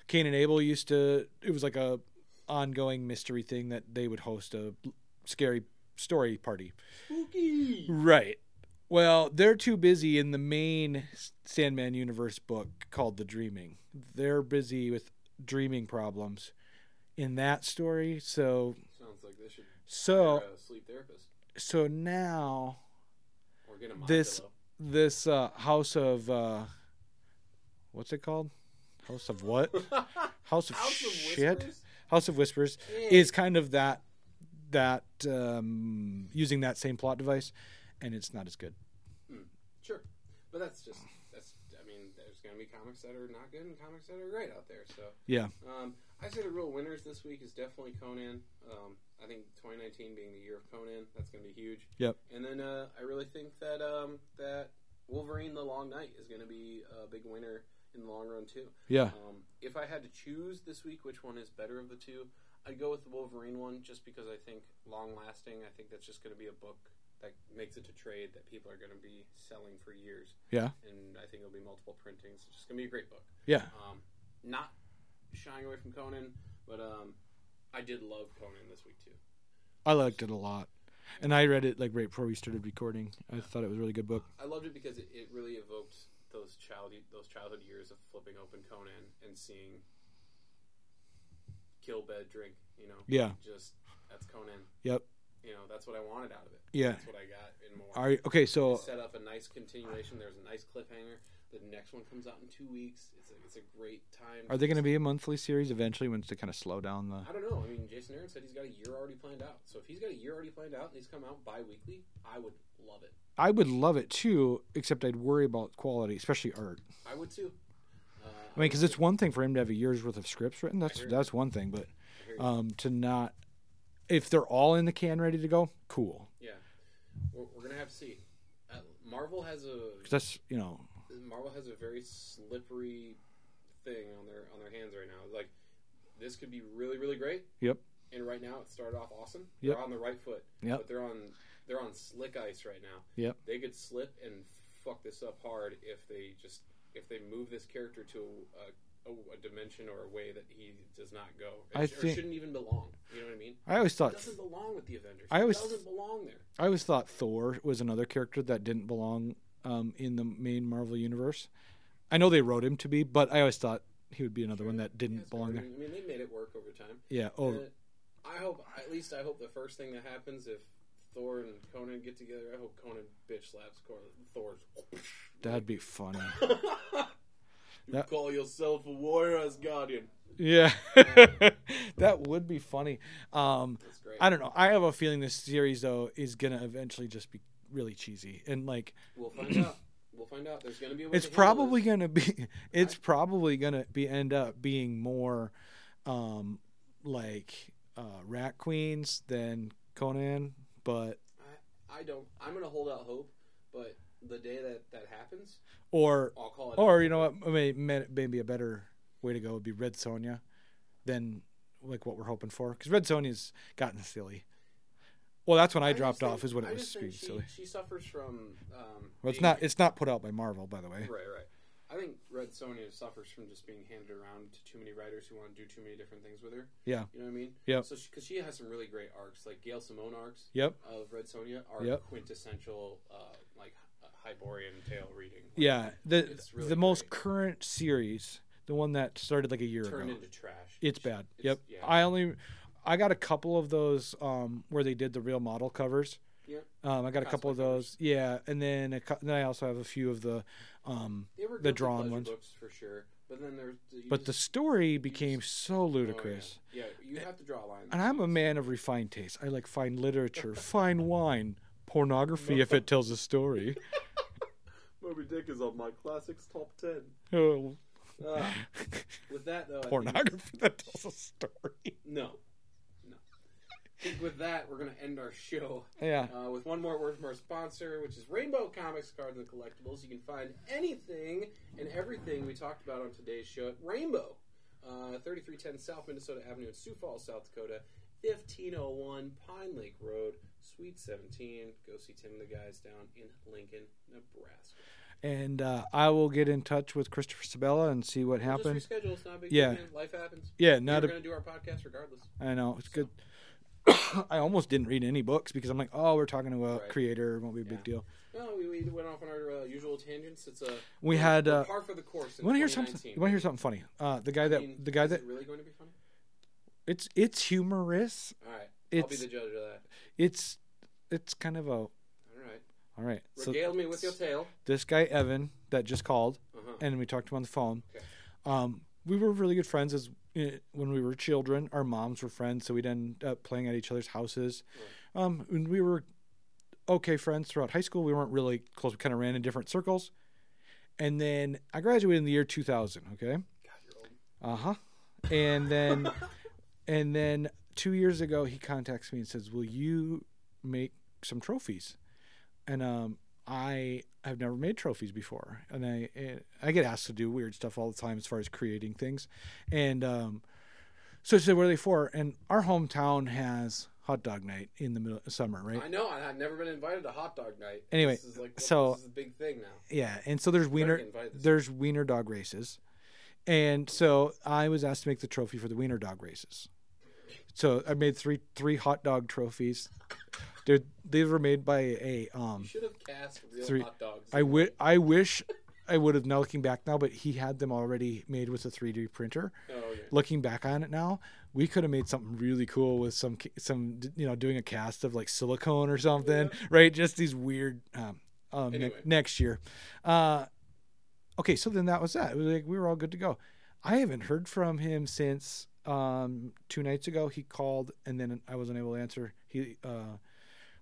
C: Cain and Abel used to. It was like a ongoing mystery thing that they would host a scary story party.
B: Spooky.
C: Right. Well, they're too busy in the main Sandman universe book called The Dreaming. They're busy with dreaming problems in that story. So,
B: Sounds like they should
C: so
B: hire a sleep therapist
C: so now
B: or get a mind
C: This-
B: pillow.
C: this uh, house of uh, what's it called? House of what? House of
B: House of
C: shit.
B: Whispers?
C: House of Whispers
B: Yeah.
C: is kind of that that um, using that same plot device, and it's not as good.
B: Sure, but that's just that's. I mean, mean, there's going to be comics that are not good and comics that are great out there. So
C: Yeah.
B: um, I say the real winners this week is definitely Conan. Um, I think 2019 being the year of Conan, that's going to be huge.
C: Yep.
B: And then uh, I really think that um, that Wolverine: The Long Night is going to be a big winner in the long run too.
C: Yeah.
B: Um, if I had to choose this week, which one is better of the two, I'd go with the Wolverine one, just because I think long lasting. I think that's just going to be a book that makes it to trade that people are going to be selling for years.
C: Yeah.
B: And I think it'll be multiple printings. It's just going to be a great book.
C: Yeah.
B: Um, not shying away from Conan, but um, I did love Conan this week too.
C: I liked it a lot. And I read it like right before we started recording. I thought it was a really good book.
B: I loved it because it, it really evoked those child those childhood years of flipping open Conan and seeing kill bed drink. You know,
C: Yeah.
B: just that's Conan.
C: Yep.
B: You know, that's what I wanted out of it.
C: Yeah.
B: That's what I got and more.
C: Are you, okay,
B: It
C: so
B: set up a nice continuation. There's a nice cliffhanger. The next one comes out in two weeks. It's a, it's a great time.
C: are they going to be a monthly series eventually once they kind of slow down the
B: I don't know. I mean, Jason Aaron said he's got a year already planned out. So if he's got a year already planned out and he's come out bi-weekly, I would love it.
C: I would love it too, except I'd worry about quality, especially art.
B: I would too. Uh,
C: I mean, cuz
B: would
C: it's one thing for him to have a year's worth of scripts written. That's
B: hear you.
C: that's one thing, but
B: too. I hear you.
C: um to not if they're all in the can ready to go, cool.
B: Yeah, we're, we're gonna have to see. Uh, Marvel has a
C: 'Cause that's, you know,
B: Marvel has a very slippery thing on their on their hands right now. Like this could be really really great.
C: Yep.
B: And right now it started off awesome.
C: Yep.
B: They're on the right foot.
C: Yep.
B: But they're on they're on slick ice right now.
C: Yep.
B: They could slip and fuck this up hard if they just if they move this character to a, a, a dimension or a way that he does not go.
C: I
B: or
C: think-
B: shouldn't even belong. You know what I mean?
C: I always
B: It
C: thought
B: doesn't belong with the Avengers.
C: I always-
B: it doesn't belong there.
C: I always thought Thor was another character that didn't belong um, in the main Marvel universe. I know they wrote him to be, but I always thought he would be another one that
B: Yeah,
C: didn't
B: it's
C: belong
B: fine.
C: there.
B: I mean, they made it work over time.
C: Yeah. Oh,
B: Uh, I hope at least I hope the first thing that happens if Thor and Conan get together, I hope Conan bitch slaps Cor- Thor's.
C: that'd be funny.
B: you
C: that-
B: call yourself a warrior as guardian.
C: Yeah, that would be funny. Um,
B: That's great.
C: I don't know. I have a feeling this series though is gonna eventually just be really cheesy and like
B: We'll find out. We'll find out. There's going to be. A way
C: it's
B: to handle
C: probably
B: this.
C: gonna be it's probably gonna be end up being more um like uh rat queens than conan but
B: I don't. I'm going to hold out hope, but the day that that happens,
C: or
B: I'll call it.
C: or you know what may- may- maybe a better way to go would be red sonja than like what we're hoping for because red sonja's gotten silly well that's when i,
B: just
C: dropped
B: think-
C: off is when
B: I
C: it was
B: just think
C: screamed silly
B: She, she suffers from. Um,
C: well, it's
B: being-
C: not it's not put out by marvel by the way
B: Right, right. I think Red Sonja suffers from just being handed around to too many writers who want to do too many different things with her.
C: Yeah.
B: You know what I mean?
C: Yep.
B: So, because she, has some really great arcs, like Gail Simone arcs
C: yep
B: of Red Sonja are
C: Yep.
B: quintessential, uh, like uh, Hyborian tale reading. Like,
C: yeah the
B: It's really
C: the
B: great.
C: most current series the one that started like a year
B: Turned
C: ago
B: into trash.
C: It's bad.
B: It's-
C: yep.
B: yeah.
C: I only I got a couple of those um where they did the real model covers.
B: Yeah.
C: Um, I got a
B: Cosplay
C: couple of those.
B: covers.
C: Yeah, and then a, cou- then I also have a few of the um
B: They were
C: the
B: guilty
C: drawn
B: pleasure
C: ones.
B: books for sure, but then there's. you
C: but the
B: just-
C: story became so
B: oh, yeah.
C: ludicrous. Eh,
B: yeah. you have to draw a line.
C: And I'm a man of refined taste. I like fine literature, fine wine, pornography if it tells a story.
B: Moby Dick is on my classics top ten.
C: Oh,
B: Uh, with that though, I think-
C: pornography that tells a story.
B: No, no. I think with that, we're gonna end our show.
C: Yeah.
B: uh, with one more word from our sponsor, which is Rainbow Comics Cards and Collectibles. You can find anything and everything we talked about on today's show at Rainbow, uh, 3310 South Minnesota Avenue in Sioux Falls, South Dakota, 1501 Pine Lake Road, Suite 17. Go see Tim and the guys down in Lincoln, Nebraska.
C: And uh, I will get in touch with Christopher Sabella and see what
B: We'll
C: happened.
B: Just reschedule. It's not a big
C: Yeah.
B: deal. man. Life happens.
C: Yeah,
B: We're
C: not a
B: going to do our podcast regardless.
C: I know it's good. I almost didn't read any books because I'm like, oh, we're talking to a
B: Right.
C: creator, it won't be a big
B: Yeah.
C: deal.
B: No, we, we went off on our uh, usual tangents. It's a
C: We had.
B: we're
C: Uh,
B: par for the course.
C: you want to hear something? You want to hear something funny? Uh, the guy that the guy that
B: it really going to be funny?
C: it's it's humorous.
B: All right, I'll be
C: It's
B: the judge of that.
C: it's it's kind of a all
B: All right,
C: right. So
B: regale me with your tale.
C: this guy Evan that just called
B: Uh-huh.
C: and we talked to him on the phone.
B: Okay.
C: Um, we were really good friends as eh, when we were children. Our moms were friends, so we'd end up playing at each other's houses. Um, and we were okay friends throughout high school. We weren't really close. We kind of ran in different circles. And then I graduated in the year 2000, okay? Uh huh. And then, and then two years ago, he contacts me and says, "Will you make some trophies?" And um, I have never made trophies before, and I and I get asked to do weird stuff all the time as far as creating things, and um, so I said, "What are they for?" And our hometown has hot dog night in the middle of summer, right?
B: I know. I- I've never been invited to hot dog night.
C: Anyway,
B: this is like,
C: so-
B: this is a big thing now.
C: Yeah, and so there's wiener
B: get invited this
C: there's wiener dog races, and so I was asked to make the trophy for the wiener dog races. So I made three three hot dog trophies. They're, they were made by a um.
B: You should have cast real
C: Three-
B: hot dogs.
C: I wi- I wish I would have now looking back now, but he had them already made with a 3D printer.
B: oh, okay.
C: Looking back on it now, we could have made something really cool with some ca- some you know doing a cast of like silicone or something, right? Just these weird. Um, um, ne-
B: Anyway.
C: next year, uh, okay. So then that was that. It was like we were all good to go. I haven't heard from him since um, two nights ago. He called and then I wasn't able to answer. He uh,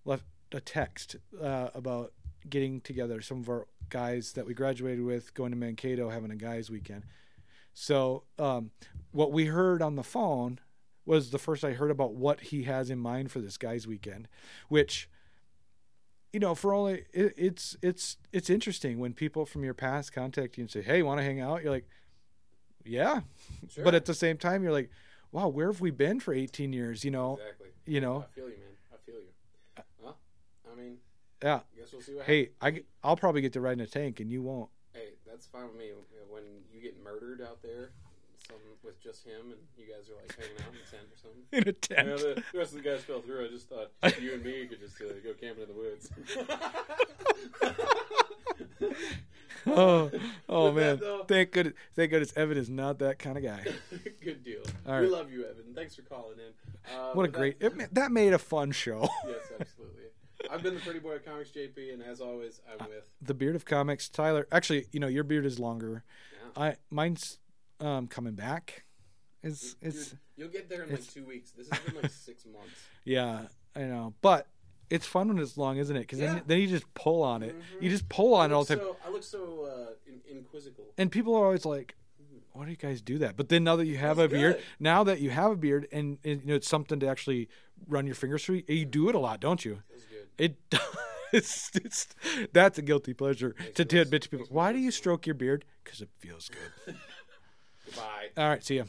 C: left a text uh, about getting together some of our guys that we graduated with, going to Mankato, having a guys weekend. So um, what we heard on the phone was the first I heard about what he has in mind for this guys weekend, which you know for only it, it's it's it's interesting when people from your past contact you and say hey want to hang out you're like yeah
B: Sure.
C: but at the same time you're like wow where have we been for 18 years you know
B: exactly.
C: you know
B: I feel you, man. I feel you. Well, I mean,
C: yeah
B: I guess we'll see what happens.
C: hey I, i'll probably get to ride in a tank and you won't
B: Hey, that's fine with me. When you get murdered out there, some with just him, and you guys are like hanging out in the tent or something.
C: in a
B: I
C: tent
B: know the, the rest of the guys fell through. I just thought you and me could just uh, go camping in the woods.
C: oh, oh
B: With that,
C: man
B: though-
C: thank goodness thank goodness evan is not that kind of guy
B: Good deal.
C: All
B: We
C: right.
B: love you, Evan. Thanks for calling in. Uh,
C: what a
B: with that-
C: great it, ma- that made a fun show
B: yes, absolutely. I've been the pretty boy at Comics JP, and as always, I'm with.
C: the beard of comics tyler actually you know your beard is longer i mine's um coming back it's it's
B: Dude, you'll get there in like two weeks. This has been like six months.
C: yeah i know but it's fun when it's long isn't it because
B: Yeah. Mm-hmm.
C: then, then you just pull on it you just pull on it all the time
B: so, I look so uh, in- inquisical.
C: and people are always like why do you guys do that but then now that you have
B: That's
C: a beard
B: good.
C: now that you have a beard and, and you know it's something to actually run your fingers through you do it a lot don't you
B: It was good.
C: it it's, it's that's a guilty pleasure to,
B: feels-
C: admit to people why do you stroke your beard because it feels good
B: Goodbye.
C: all right see ya